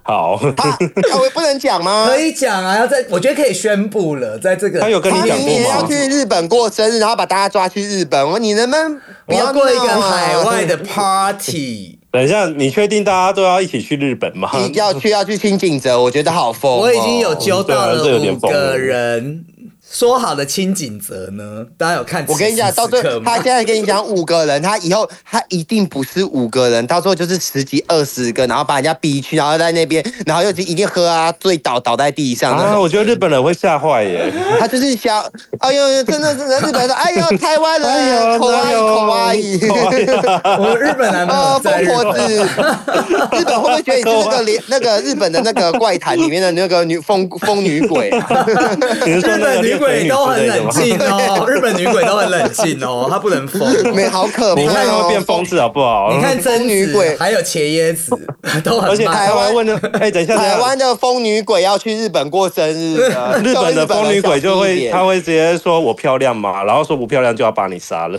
好。
啊，我不能讲吗？
可以讲啊，要在我觉得可以宣布了，在这个
他有跟你
他
讲
明
过
年要
吗？
去日本过生日，然后把大家抓去日本。我说你能不能不
我要
要
过一个
闹啊
海外的？party，
等一下，你确定大家都要一起去日本吗？
你要去要去清景泽，我觉得好疯哦、
我已经有揪到
对啊这有
了
点
五
疯
个人。说好的清景泽呢？大家有看此
我
时此刻吗？
跟你讲，到最后他现在跟你讲五个人，他以后他一定不是五个人，到时候就是十几二十个，然后把人家逼去，然后在那边，然后又一定喝啊，醉倒倒在地上那
啊，
种。
我觉得日本人会吓坏耶。
他就是想，哎呦，真的真的日本人说，哎呦，台湾
哎
人，
呦，
口
哎
爱
呦
口 爱。
我们日本男朋
啊，
友在
疯
日
婆
本，
子，日本会不会觉得你是那个 连那个日本的那个怪谈里面的那个女疯疯女 鬼、啊？
你是说
日
那个
本女
练
鬼
女
都
之
很
类的
冷
吗？
静 哦，日本女鬼都很冷静哦，她不能疯。
没好可怕、哦！
你看他会变疯子好不好？
你看贞
疯女
子
鬼
还有茄椰子都
而
很
且
慢
台湾问的，哎，等一
啊
下，等
台
一下
湾的疯女鬼要去日本过生 日的，
日本的疯女鬼就
叫日本人小心一
会，
点
她会直接说我漂亮嘛，然后说不漂亮就要把你杀了。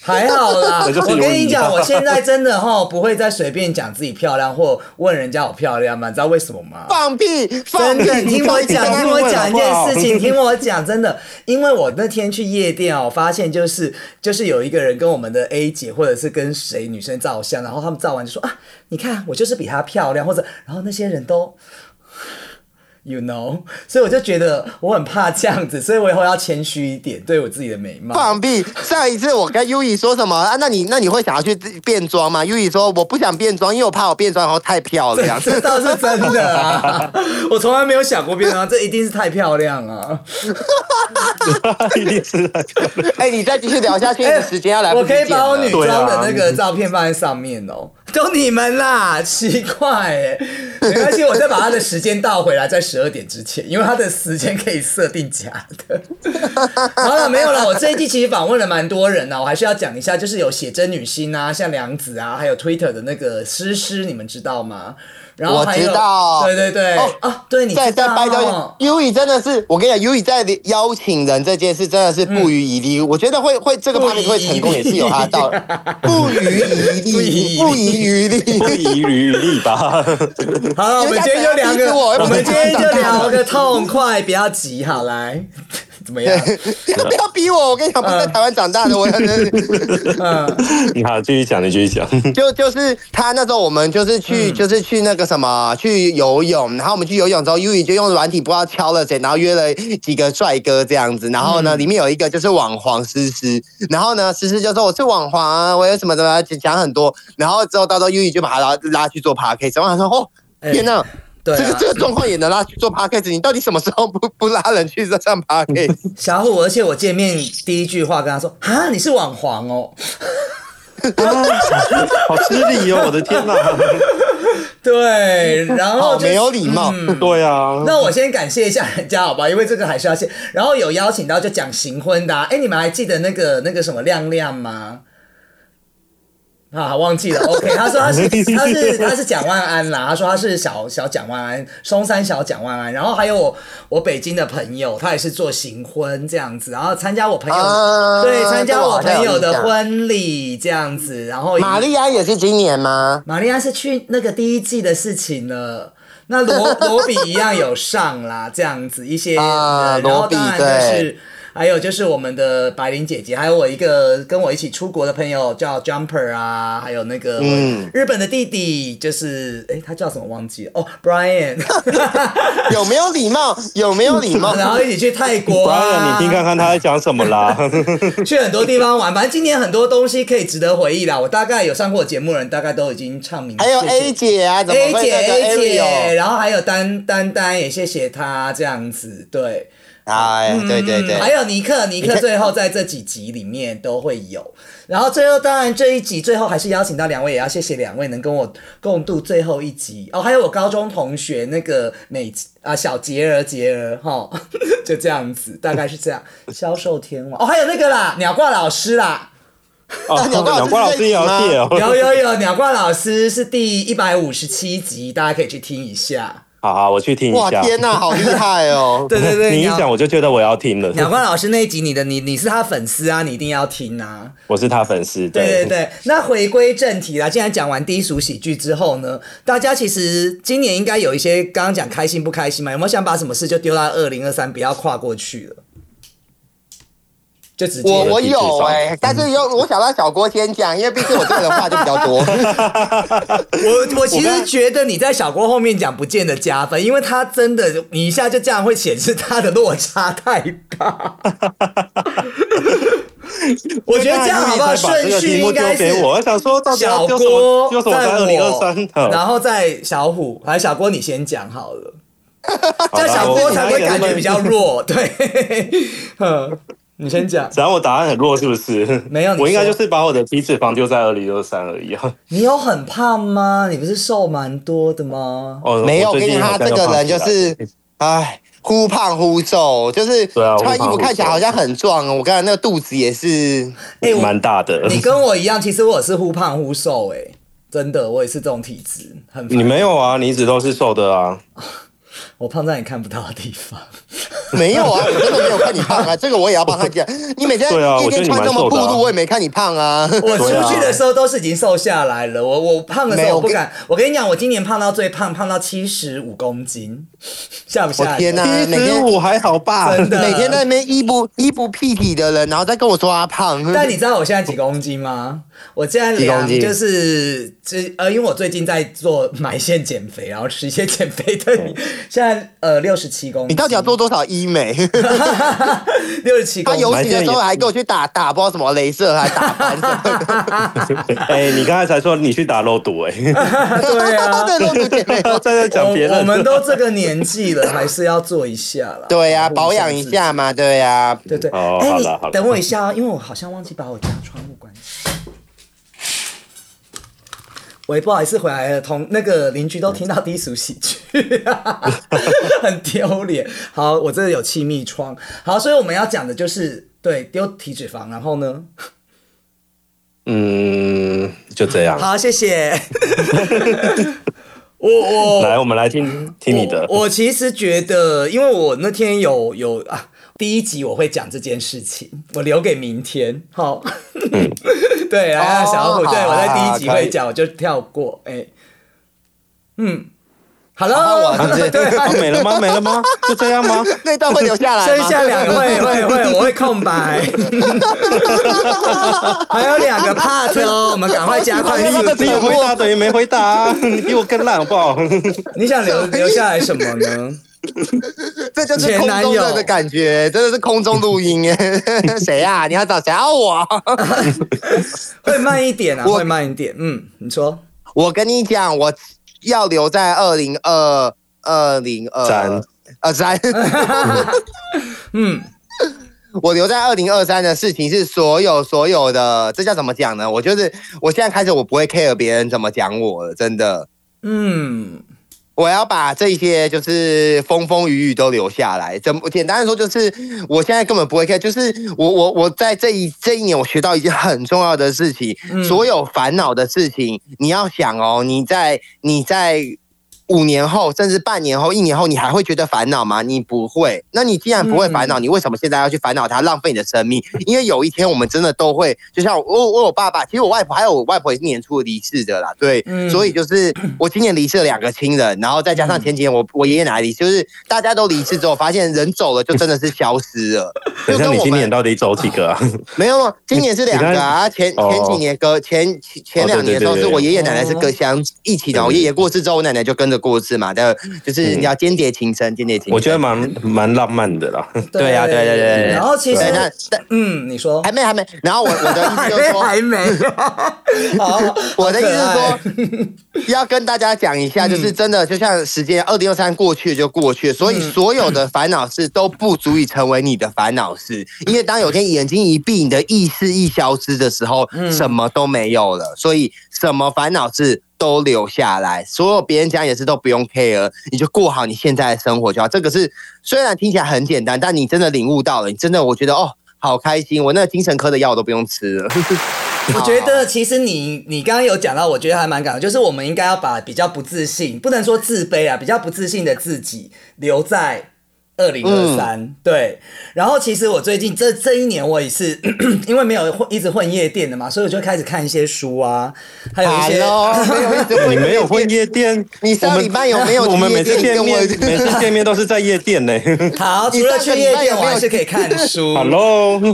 还好啦。
我就是
我跟
犹豫
你讲，我现在真的哈不会再随便讲自己漂亮或问人家我漂亮吗？你知道为什么吗？
放屁！
真
放屁！
的，你听我讲，
你
听
刚
我
刚
讲一件事
好不
情，
好
听我讲，真的，因为我那天去夜店啊，我发现就是就是有一个人跟我们的 A 姐或者是跟谁女生照相，然后他们照完就说啊，你看我就是比她漂亮，或者然后那些人都。You know，所以我就觉得我很怕这样子，所以我以后要谦虚一点，对我自己的美貌。
放屁！上一次我跟 U 以说什么啊？那你那你会想要去变装吗？U 以说我不想变装，因为我怕我变装然后太漂 亮。
这倒是真的啊！ 我从来没有想过变成这一定是太漂亮啊！
一定是啊的
哎、你再继续聊下去，你时间要来不
哎我
及
可以
剪
把我
了
女装的那个照片放在上面哦。都你们啦， 奇怪哎、没关系，我再把她的时间倒回来，在十二点之前，因为她的时间可以设定假的。 好了，没有了。我这一季其实访问了蛮多人啊呢，我还是要讲一下，就是有写真女星啊，像梁子啊，还有 Twitter 的那个诗诗，你们知道吗？然后
我
还有
知道
对对对，
哦
啊，对，你
在
知
在
道
拜
哦
托，优以真的是，我跟你讲，优以在邀请人这件事真的是不遗余力。我觉得会会这
嗯
个
不
p
遗余
a r
力
会成功也是有他到不遗余 力，
不
不
遗
遗余力。
不遗余力吧？
好了，我们今天就聊
你们
个，
家不要逼死我
我们今天就聊个痛快，不要急，好来， 怎么样？
不 要逼我，我跟你讲，不是在台湾长大的，我
你好，继续讲，你继续讲。
就就是他那时候我们就是
嗯
去就是去那个什么去游泳，然后我们去游泳之后，优以就用软体不知道敲了谁，然后约了几个帅哥这样子，然后
嗯
呢，里面有一个就是网黄诗诗，然后呢，诗诗就说我是网黄啊，我有什么什么讲很多，然后之后到时候优以就把他拉拉去做 p a r k 然后他说哦。
哎
天呐，
对
这个
啊
这，个状况也能拉去做 p a r k 你到底什么时候不不拉人去上 p a r k
小虎，而且我见面第一句话跟他说：“啊，你是网黄哦。
好失礼哦，我的天哪！”
对，然后
好
就
没有礼貌。
嗯
对
哦
啊，
那我先感谢一下人家，好吧，因为这个还是要谢。然后有邀请到就讲行婚的、啊，哎，你们还记得那个那个什么亮亮吗？啊，忘记 了。OK，他说他是他是他是蒋万安啦，他说他是小小蒋万安，松山小蒋万安。然后还有我我北京的朋友，他也是做行婚这样子，然后参加我朋友、
啊
对参加我朋友
这我好像有印
的
象
婚礼这样子，然后以
玛丽安也是今年 吗？
玛丽亚是去那个第一季的事情了。那 罗罗比一样有上啦，这样子一些，
啊
呃然后
罗比
当然就是，还有就是我们的白灵姐姐，还有我一个跟我一起出国的朋友叫 Jumper 啊，还有那个
嗯
日本的弟弟，就是哎、他叫什么忘记了哦，Brian，
有没有礼貌？有没有礼貌？
然后一起去泰国
当
啊，
然，你听看看他在讲什么啦。
去很多地方玩，反正今年很多东西可以值得回忆啦。我大概有上过节目的人，大概都已经唱名，
还有
谢谢
A 姐啊，怎么
A
会
姐
那个
A 姐，
Ariel？
然后还有丹丹丹也谢谢她这样子，对，
哎，对对对
嗯，还有尼克尼克最后在这几集里面都会有，然后最后当然这一集最后还是邀请到两位，也要谢谢两位能跟我共度最后一集哦，还有我高中同学那个美啊小杰儿杰儿哈， 就这样子，大概是 这样，销售天王哦，还有那个啦鸟挂老师 啦。
哦，
鸟瓜老师
鸟瓜老师也要谢哦。
有有有，鸟挂老师是第一百五十七集，大家可以去听一下。
好好，我去听一
哇，
下。
天哪，好厉害哦！
对对对，
你一
鸟
讲我就觉得我要听了。
鸟冠老师那一集，你的你你是他粉丝啊，你一定要听啊。
我是他粉丝，
对对对，那回归正题啦，既然讲完低俗喜剧之后呢，大家其实今年应该有一些刚刚讲开心不开心嘛，有没有想把什么事就丢到二零二三，不要跨过去了，就直接
我我
有提
有
示上
哎、但是有我想让小郭先讲，因为毕竟我这个人话就比较 多。
我我其实觉得你在小郭后面讲不见得加分，因为他真的你一下就这样会显示他的落差太 大。我觉得这样好不好？
那他
顺
一定才把这个
序
题目
应
丢
该是
给我，我想说到底
小
要丢什么？
郭
丢什么
在
在二零二
我
三？，
然后在小虎，还小郭你先讲好了，
好
这
啦
样小郭才会感觉比。
我
较 弱。对，嗯，你先讲，
只要我答案很弱，是不是？
没有你说
我应该就是把我的体脂肪丢在二零二三而已啊。
你有很胖吗？你不是瘦蛮多的吗？
哦，
没有，
我
我跟
最
你
近
讲，
好
他
像
这
又
个
胖
人就
起来
是，哎，忽胖忽瘦，就是
对啊
穿
忽
衣
胖
服
忽
看起来
瘦
好像很壮哦，我刚才那个肚子也是。
哎我
蛮大的。
你跟我一样，其实我是忽胖忽瘦、哎，真的，我也是这种体质，很烦
你没有啊？你一直都是瘦的啊。
我胖在你看不到的地 方。
没有啊，我真的没有看你胖啊，这个我也要帮他讲。你每天
对啊
一
我觉
天
得你
穿这么
蛮瘦
暴
的啊
露，我也没看你胖啊。
我
对啊
出 去的时候都是已经瘦下来了，我我胖的时
没有
候我
我
不
跟
敢。我跟你讲，我今年胖到最胖，胖到七十五公斤，吓不
我
吓人？
天哪、每天哎
五还好 吧
真的
每天在那边衣不衣不蔽体的人，然后再跟我说他胖。
但你知道我现在几公斤吗？我现在
几公
量
斤
就是这呃，因为我最近在做埋线减肥，然后吃一些减肥的， 现在呃六十七公斤。
哦你到底要做多少医美？
六十七公
他
斤？
游行的时候还给我去打打包什么镭射，还打翻什么的。
哎，你刚才才说你去打肉毒，哎，
对啊
对露出姐妹
在在讲别
我。我
人。
们都这个年纪了，还是要做一下啦。
对呀、
啊，
保养一。下嘛，对啊呀、
对对，
哦
哎
好
你
了好了
等我一下哦，因为我好像忘记把我家窗户关起来。喂，不好意思，回来了，同那个邻居都听到低俗喜剧、 很丢脸。好，我这里有气密窗。好，所以我们要讲的就是对丢体脂肪，然后呢？
嗯，就这样。
好，谢谢。我我
来，我们来听听你的。
我。我其实觉得，因为我那天有有啊，第一集我会讲这件事情，我留给明天。好， 对，然后小虎，
好
对我在第
好
一集
可以
会讲，我就跳过。哎、嗯，好
后
了
我，
对
对，
啊没了吗？没了吗？就这样 吗？
那段会留下来
剩
吗？
下两位会会，我会空白， 还有两个 part 哦，我们赶快加快速
你
度。
有回答等于没回答、啊，你比我更烂好不 好？
你想留留下来什么呢？
这就是
前
空
男
中
友
的的感觉，真的是空中录 音哎。谁呀、你要找谁啊？我。
会慢一点啊，
我
会慢一点。嗯，你说
我跟你讲，我要留在二零二二零二
三
二三。
嗯，
我留在二零二三的事情是所有所有的，这叫怎么讲呢？我就是我现在开始，我不会 care 别人怎么讲我了，真的。
嗯，
我要把这些就是风风雨雨都留下来。怎么简单的说，就是我现在根本不会 care，就是我我我在这一这一年，我学到一件很重要的事情，所有烦恼的事情，你要想哦，你在你在。五年后，甚至半年后、一年后，你还会觉得烦恼吗？你不会。那你既然不会烦恼，你为什么现在要去烦恼它，浪费你的生命？因为有一天我们真的都会，就像我我我有爸爸，其实我外婆还有我外婆也是年初离世的啦，对，
嗯
所以就是我今年离世了两个亲人，然后再加上前几年我我爷爷奶奶离世，就是大家都离世之后，发现人走了就真的是消失了，
等
就
一下，
跟
你
我
今年
们
到底走几个 啊？
没有，今年是两
你
个
刚
啊，前
哦
前几年隔前前前两年的时候，
哦对对对
是
对
我爷爷奶奶是隔相一起的，
对对对
我爷爷过世之后，我奶奶就跟着过世嘛，但就是你要间谍情深，间谍情深。
嗯我觉得蛮蛮浪漫的啦。
对啊对对对对对
然后其实
对，那哎但
嗯，你说
还没还没，然后我我的意 思
还
就是
没
说。
还没， 好，
我的意思是
好
说
可爱，
要跟大家讲一下，
嗯
就是真的，就像时间二零二三过去就过去，所
嗯
以所有的烦恼事都不足以成为你的烦恼事，因为当有天眼睛一闭，你的意识一消失的时候，
嗯
什么都没有了，所以什么烦恼事。都留下来，所有别人讲也是都不用 care，你就过好你现在的生活就好。这个是虽然听起来很简单，但你真的领悟到了，你真的我觉得哦，好开心，我那个精神科的药我都不用吃了。
我觉得其实你你刚刚有讲到，我觉得还蛮感动，就是我们应该要把比较不自信，不能说自卑啊，比较不自信的自己留在二零二
嗯
三。对，然后其实我最近这这一年我也是 因为没有混一直混夜店的嘛，所以我就开始看一些书啊，还有一些
Hello，没有一直会
你没有混夜店？
你上
我们
礼拜有没有去
我们每
夜
次
店
见
跟
面
我，
每次见面都是在夜店呢。
好，除了去夜店，我还是可以看 书。
Hello，
被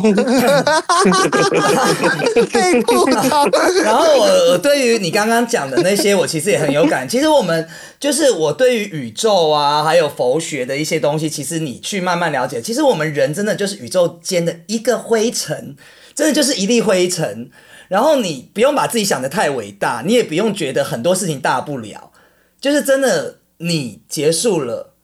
吐槽。
然后我我对于你刚刚讲的那些，我其实也很有感。其实我们就是我对于宇宙啊，还有佛学的一些东西，其实你去慢慢了解。其实我们人真的就是宇宙间的一个灰尘，真的就是一粒灰尘。然后你不用把自己想得太伟大，你也不用觉得很多事情大不了，就是真的你结束了。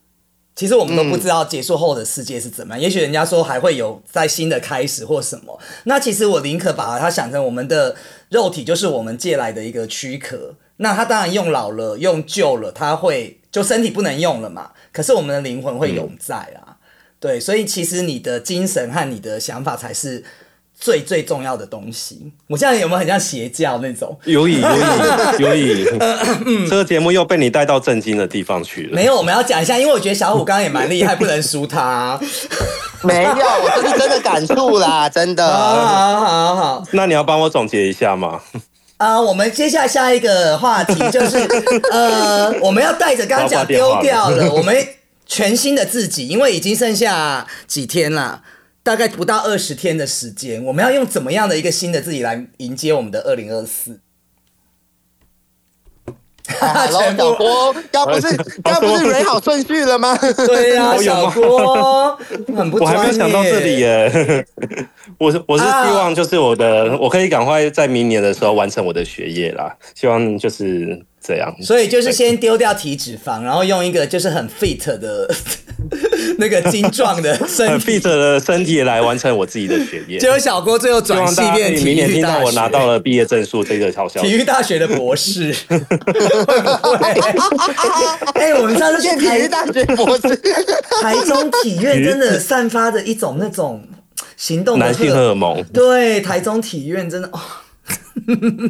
其实我们都不知道结束后的世界是怎么样，也许人家说还会有在新的开始或什么。那其实我宁可把它想成我们的肉体就是我们借来的一个躯壳，那它当然用老了、用旧了，它会就身体不能用了嘛。可是我们的灵魂会永在啊，对，所以其实你的精神和你的想法才是最最重要的东西。我这样有没有很像邪教那种？
有以有以 有以，
嗯
这个节目又被你带到震惊的地方去了。
没有，我们要讲一下，因为我觉得小虎刚刚也蛮厉害，不能输他、
没有，我这是真的感触 啦，真
好
的。
好好好。
那你要帮我总结一下吗？
啊、我们接下来下一个话题就是， 呃，我们要带着刚刚讲丢掉
我要挂电
了，我们全新的自己，因为已经剩下几天啦，大概不到二十天的时间，我们要用怎么样的一个新的自己来迎接我们的二零二四？
哈喽，哎小郭，刚不是刚不是蕊好顺序了吗？
哎 对呀、
我有
小
吗
郭很不，
我还没有想到这里。耶。 我是我是希
啊
望就是我的，我可以赶快在明年的时候完成我的学业啦。希望就是这样。
所以就是先丢掉体脂肪，然后用一个就是很 fit 的那个精壮的身
很
体
fit 的身体来完成我自己的学业。
结果小郭最后
希
转
望
系
大家
变
可以
体
明年
育
听
大
到
学，
我拿到了毕业证书这个好消
体
息。
育大学的博 士，会不会？哎、我们上次去
现体
台
育大学博 士，
台中体院，真的散发着一种那种行动的
男性荷尔蒙，
对，台中体院真的哦，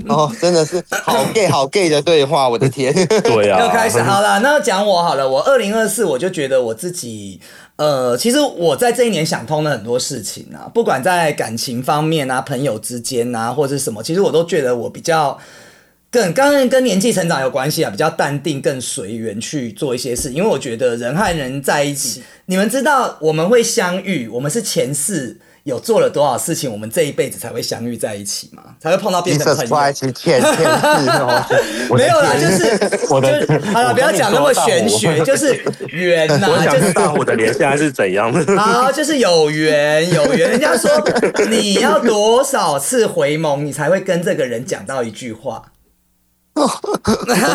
哦，真的是好 gay 好 gay 的对话，我 的天！
对啊，
要开始好了。那讲我好了，我二零二四我就觉得我自己，呃，其实我在这一年想通了很多事情啊，不管在感情方面啊、朋友之间啊，或者是什么，其实我都觉得我比较。更当然跟年纪成长有关系啊，比较淡定，更随缘去做一些事。因为我觉得人和人在一起，你们知道我们会相遇，我们是前世有做了多少事情，我们这一辈子才会相遇在一起嘛，才会碰到变成
Jesus
朋友。
Christ，天天是哦，
没有啦，就是
我
就
的
是好了，
我
不要讲那么玄 学，就是缘呐、
我
就
想知
是啊
道我的脸现在是怎样的。
好，就是有缘有缘。人家说你要多少次回眸，你才会跟这个人讲到一句话。
我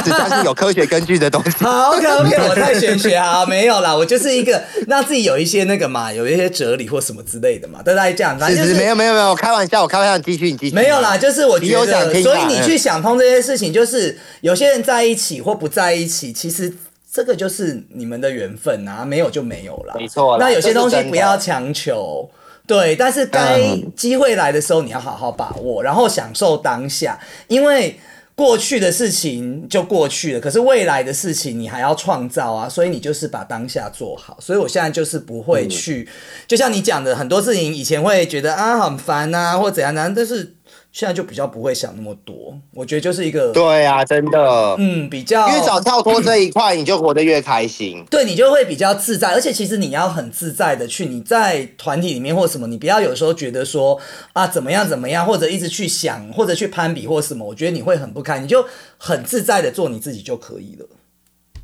只相信有科学根据的东西。
好，OK OK，我 太玄学啊，没有啦，我就是一个让自己有一些那个嘛，有一些哲理或什么之类的嘛，大概这样，反
其
正啊就
实
是
没有没有没有，我开玩笑，我开玩笑，你继续你继续。
没有啦，就是我
你
觉
有想
得，
听嗯
所以
啦
你去想通这些事情，就是有些人在一起或不在一起，其实这个就是你们的缘分啊，没有就没有啦。
没错啦
那有些东
这
西
是真的嗯
不要强求。对，但是该机会来的时候，你要好好把握，然后享受当下，因为过去的事情就过去了，可是未来的事情你还要创造啊，所以你就是把当下做好。所以我现在就是不
嗯
会去，就像你讲的，很多事情以前会觉得啊很烦啊或怎样呢，但是现在就比较不会想那么多。我觉得就是一个
对啊，真的，
嗯比较
越早跳脱这一块，你就活得越开心。
对你就会比较自在，而且其实你要很自在的去，你在团体里面或什么，你不要有时候觉得说啊怎么样怎么样，或者一直去想，或者去攀比或什么，我觉得你会很不堪，你就很自在的做你自己就可以了。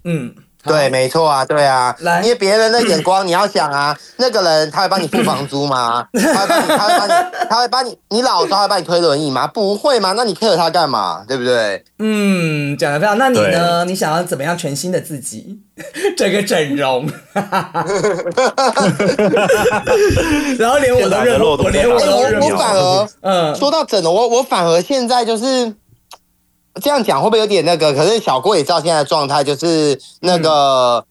嗯，好
对，，没错啊，对啊
来，
因为别人的眼光，你要想 啊，那个人他会帮你付房租吗？他会帮你，他会帮你，他会帮你，你老的时候他会帮你推轮椅吗？不会嘛，那你 care 他干嘛？对不对？
嗯，讲的非常。那你呢？你想要怎么样全新的自己？ 整个整容， 然后连我都认
现在的肉
不，
都
我连我
哎、
都认
我
不
我反而。
嗯，
说到整容，我我反而现在就是这样讲，会不会有点那个？可是小郭也知道现在的状态，就是那个，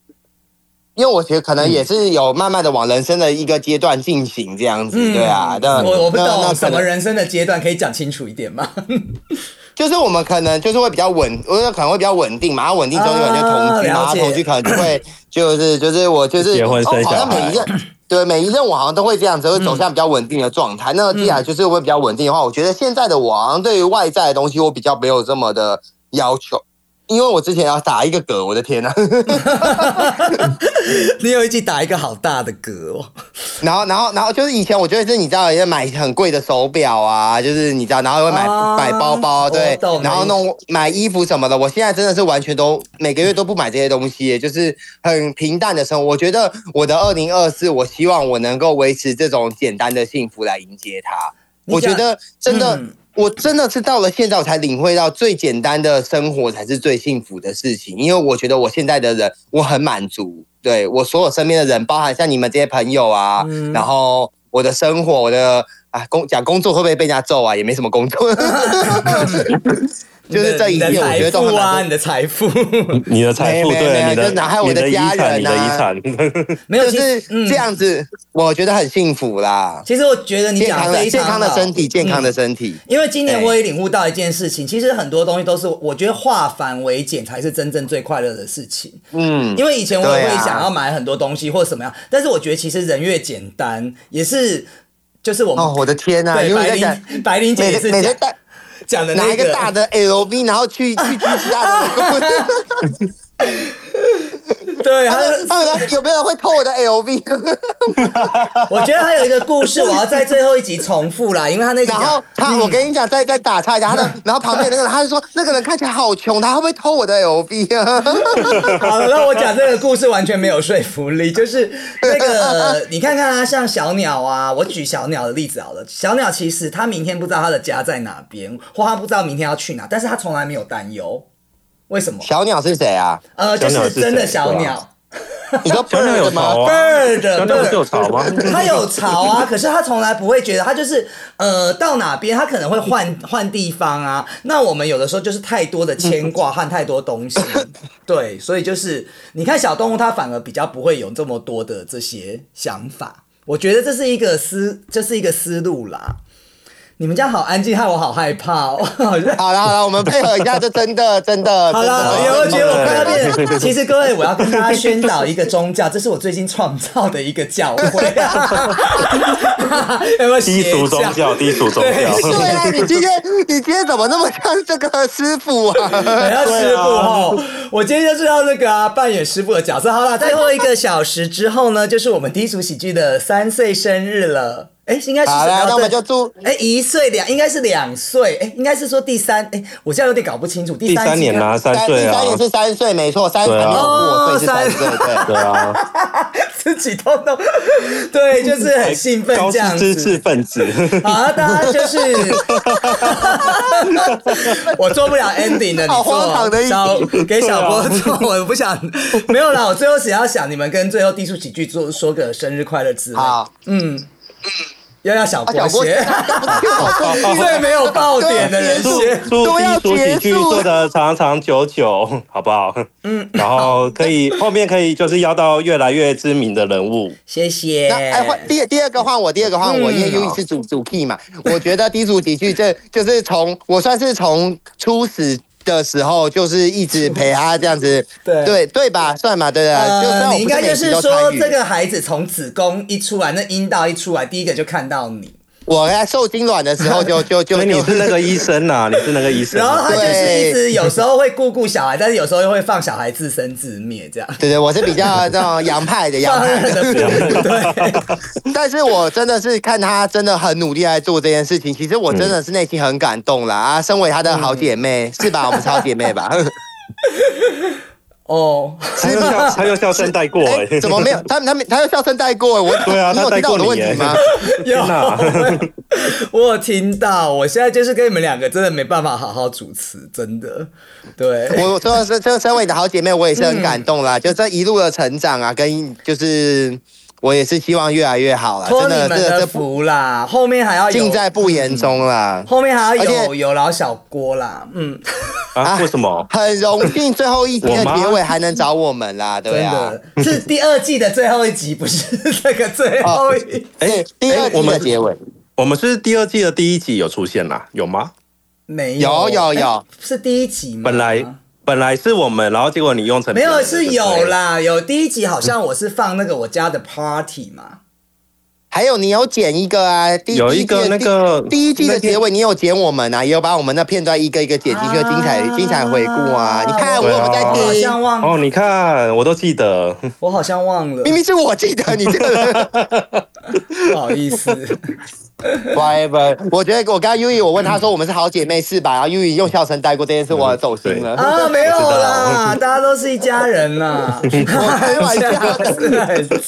因为我觉得可能也是有慢慢的往人生的一个阶段进行这样子，对啊。那
嗯我我不
那那
懂
可
什么
能
人生的阶段，可以讲清楚一点吗？
就是我们可能就是会比较稳，我觉得可能会比较稳定嘛，然后稳定之后就可能就
啊
同居嘛，然
了
后
解
同居可能就会就是就是我就是
结婚
哦
生
好像
小孩
每一任对每一任我好像都会这样子，会走向比较稳定的状
嗯
态。那既然就是会比较稳定的话，我觉得现在的我好像对于外在的东西我比较没有这么的要求。因为我之前要打一个嗝，我的天啊呐、
你有一集打一个好大的嗝哦。
然后，然后，然后就是以前我觉得是你知道，也买很贵的手表啊，就是你知道，然后会买、
啊
买包包，
我
对
懂，
然后弄买衣服什么的。我现在真的是完全都每个月都不买这些东西，就是很平淡的生活。我觉得我的二零二四，我希望我能够维持这种简单的幸福来迎接它。
你
我
讲
觉得 真的。
嗯
我真的是到了现在，我才领会到最简单的生活才是最幸福的事情。因为我觉得我现在的人，我很满足。对我所有身边的人，包含像你们这些朋友啊，
嗯
然后我的生活，我的啊工讲工作会不会被人家揍啊？也没什么 工作，就是这一
你的
切，我觉得都
财
很
富啊，
满足。
你的财富
嗯
你的财富，
没有没有
对啊
没有
你
就
的
哪还有我
你
的
的遗
家
产，
人
你的遗
啊
产，
没有
就
其
是
实嗯
这样子，我觉得很幸福啦。
其实我觉得你
健
讲
康
得
的
非
健
常
康的
好嗯
身体，健康的身体。
因为今年我也领悟到一件事情，其实很多东西都是我觉得化繁为简才是真正最快乐的事情。
嗯，啊
因为以前我也
对
会
啊
想要买很多东西或什么样，但是我觉得其实人越简单，也是就是我们、
哦，我的天呐、
对
因为我
白
在讲。
灵白灵姐
每
也是
个每个
讲
大
讲的
拿
那
一个大的 LV，然 后去去狙击他的老公。
对，
他
还有
们他们有没有人会偷我的 LV？
我觉得还有一个故事，我要在最后一集重复啦，因为他那集
然
讲
后他，我跟你讲，再再打岔一下，他的，然后旁边那个人，他就说那个人看起来好穷，他会不会偷我的 LV 啊？
好了，那我讲这个故事完全没有说服力，就是那 个你看看啊，像小鸟啊，我举小鸟的例子好了。小鸟其实它明天不知道它的家在哪边，或它不知道明天要去哪，但是它从来没有担忧。为什么？
小鸟是谁啊？
呃，就
小鸟
是
是谁
真的小
对
鸟
啊
你说
小鸟
bird
有
吗？
巢啊，
，bird，
小鸟不是
bird
有巢吗？
他有潮啊，可是他从来不会觉得，他就是呃，到哪边他可能会换换地方啊。那我们有的时候就是太多的牵挂和太多东西， 对，所以就是你看小动物，它反而比较不会有这么多的这些想法。我觉得这是一个思，这是一个思路啦。你们家好安静，害我好害怕哦。
好了好了，我们配合一下，这真的真
啊
的。
好了，
真
因
的
为我觉得我快要变成。其实各位，我要跟大家宣导一个宗教，这是我最近创造的一个教会。啊 有没有
低
邪
俗宗教，低俗宗
对
对
教，
啊，你今天你今天怎么那么像这个师傅啊？
等一下师傅
啊
哦，我今天就是要那个啊，扮演师傅的角色。好了，最后一个小时之后呢，就是我们低俗喜剧的三岁生日了。哎，应该是
好了，那我们就祝
哎一岁两，应该是两岁，哎，应该是说第三，哎，我现在有点搞不清楚，第
第三
集
年
呢
啦，三岁
第
啊
三，也是三岁，没错，三还
对
没
啊
有过岁是三岁，
哦
对。
对啊，
自己都弄，对，就是很 兴奋
高
这样
知识
子。
分子，
好、啊，大家 就是，我做不了 ending 的，你
好荒唐的
做
一集
小给小波做，我不想，没有啦，我 最后只要想你们跟最后低俗喜剧做说个生日快乐之类。
好，
嗯，又要小
啊，小
国
郭，
学，最没有爆点的 人
都
学。
都
做
要
题、做喜
结
剧
束
做的长长久久，好不好？嗯，然后可以后面可以就是邀到越来越知名的 人物，
谢谢。
那哎，换第第二个换我，第二个换我，因
嗯
为 U 一是主主 key 嘛。我觉得低主几句，这就是从我算是从初始的时候，就是一直陪他这样子，
对
对对吧？算嘛，对啊吧？就虽
呃，
然我
你应
不
该
每
就
集
是
都
说
参与
这，个孩子从子宫一出来，那阴道一出来，第一个就看到你，
我在受精卵的时候就就就
所以你
就是
那个医生呐、你是那个医生
然后
啊、
他就是
对
一直有时候会顾顾小孩，但是有时候又会放小孩自生自灭这样。
对对，我是比较这种洋派的 洋
放任
派
的
的，
对，
但是我真的是看他真的很努力来做这件事情，其实我真
嗯
的是内心很感动啦。啊，身为他的好姐妹，是吧？我们是好姐妹吧？
哦，
他用笑，他用笑声带过、哎、
哎，怎么没有？他们他们他又笑声带过我，
对啊
你有
他
听
带
到我的
过
问
你
题吗？
有
天哪，
我有听到，我现在就是跟你们两个真的没办法好好主持，真的，对，
我我说这这身为你的好姐妹，我也是很感动啦。
嗯
就这一路的成长啊，跟就是我也是希望越来越好啦。
托
真
你
的，
们
这这
的
不
福啦，后面还要有
尽，在不言中啦。
后面还要
而且
有有老小郭啦，嗯，
啊？为什么？
很荣幸最后一集的
我吗
结尾还能找我们啦，
嗯真
对啊。
的是第二季的最后一集，不是这个最后一集，
哎，第二
我
季的
们
结尾
我们是第二季的第一集有出现啦，有吗？
没
有有
哎
有
是第一集吗？
本来本来是我们，然后结果你用
嗯
成
没
别
有
人的
是
对
有啦，有第一集好像我是放那个我家的 party 嘛，
还有你有剪一个啊，第
有一个
第季的
那个
第第一季的
那天
结尾，你有剪我们啊，也有把我们的片段一个一个剪进
啊
去，精彩精彩回顾啊！你看我
对啊
有在
我好
听
像，忘，
哦，你看我都记得，
我好像忘了，
明明是我记得你这个人。
不好意 思。
Whatever，我觉得我刚刚 U 我问他说我们是好姐妹是吧？然后 U 用笑声带过这件事，我走心了。
啊，没有啦，大家都是一家人啦。
开玩笑
的。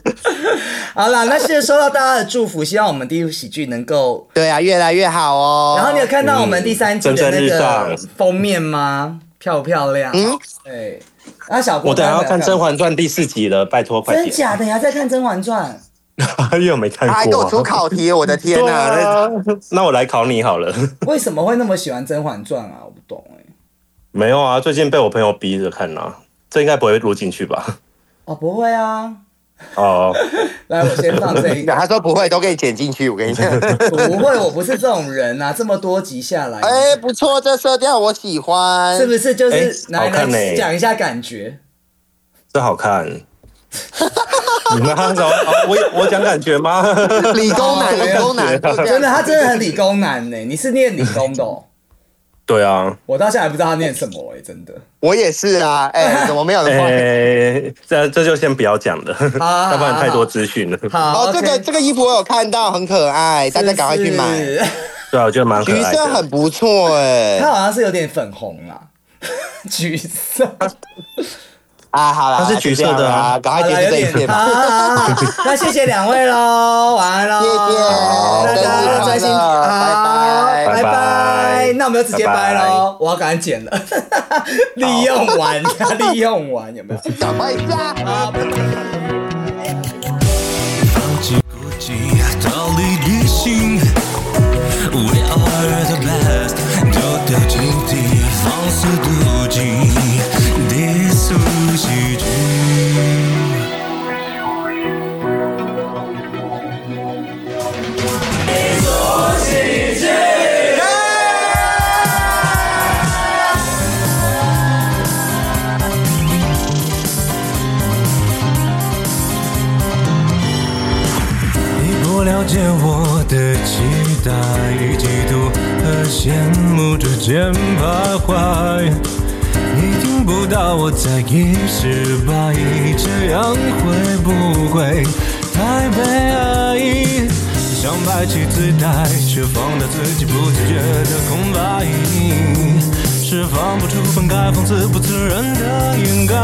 好啦，那是收到大家的祝福，希望我们第一部喜剧能够。
对啊，越来越好哦。
然后你有看到我们第三季的那
蒸蒸日
个
上
封面吗？漂不漂亮？
嗯
对。那小郭，
我等下要
待会
看《甄嬛传》第四集了，拜托快
真
点！
假的？你还在看《甄嬛传
又没看
他
过，啊
还给我出考题，我的天
对
哪、
啊，那我来考你好了。》？
为什么会那么喜欢《甄嬛传》啊？我不懂哎、
没有啊，最近被我朋友逼着看啦、这应该不会录进去吧？
哦，不会啊。
哦，
来，我先放 这一个。
他说不会，都给你剪进去。我跟你 讲，
不会，我不是这种人啊！这么多集下来，
哎，不错，这色调我喜欢。
是不是就
哎
是来
好看
来
欸
呢
讲一下感觉？
这好看。 你们看什么？哦我我讲感觉吗？
理工男，理工男，就
哦啊
这样
真的，他真的很理工男呢。你是念理工的、哦，
对啊，
我到现在还不知道他念什么哎、真的。
我也是啊。 哎，怎么没有人
哎、
画？
这这就先不要讲了，
好
要不然太多资讯了。
好，
哦，这个
OK，
这个衣服我有看到，很可爱，大家赶快去买。
是
对啊，我觉得蛮可
橘
爱
色
的。
很不错哎、
他好像是有点粉红啦， 橘色，
啊，好啦，
它是橘色的啊
好
就这样啦赶
啦有
快结束这
点
一切
好
吧。
好好好那谢谢两位喽，晚安喽，
谢谢好
大家都专心，
生日快乐
好
拜
拜
拜拜
拜。
那我们就直接
拜
拜
拜
喽，我要赶紧剪了，利用完，利用完有没有？
赶快下。
逃离地心，We are the best，丢掉警惕，放肆妒忌，低俗喜剧。你不了解我的期待与嫉妒和羡慕之间徘徊，你听不到我在意失败，这样会不会太悲哀？想摆起姿态，却放大自己不自觉的空白，释放不出分开讽刺不自然的掩盖。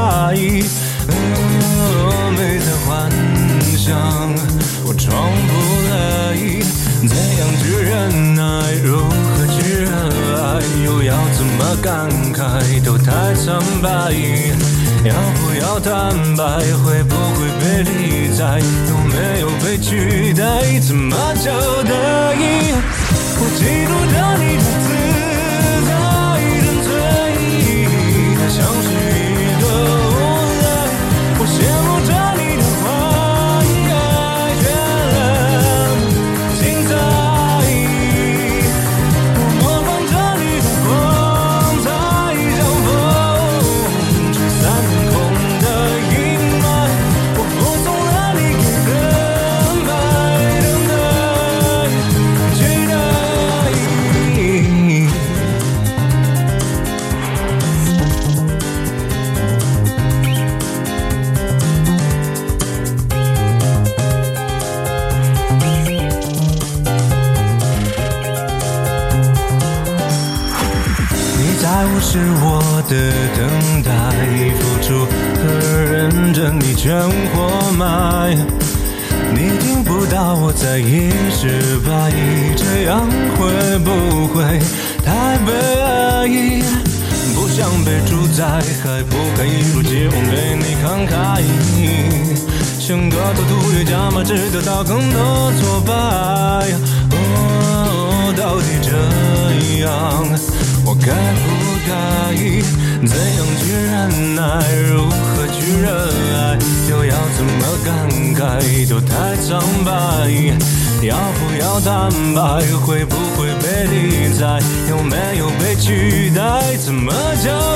嗯，没在幻想，我装不来，怎样去忍耐，如何去热爱，又要怎么么感慨都太苍白。要不要坦白？会不会被理睬？有没有被取代？怎么交代？我嫉妒着你的自在，沉醉，它像是一个无赖。我羡慕着你的花开绚烂精彩，我模仿着你的光彩，像风吹散空的阴霾。我服从了你给的安排，等待，期待。你在无视我的等待，付出和认真你全活埋。你听不到我在一失败，这样会不会太悲哀？不想被主宰，还不敢一如既往对你慷慨。像个赌徒越加码，只得到更多挫败。哦，到底这样？我该不该？怎样去忍耐？如何去热爱？又要怎么感慨？都太苍白。要不要坦白？会不会被理睬？有没有被取代？怎么交代？Mm, 嗯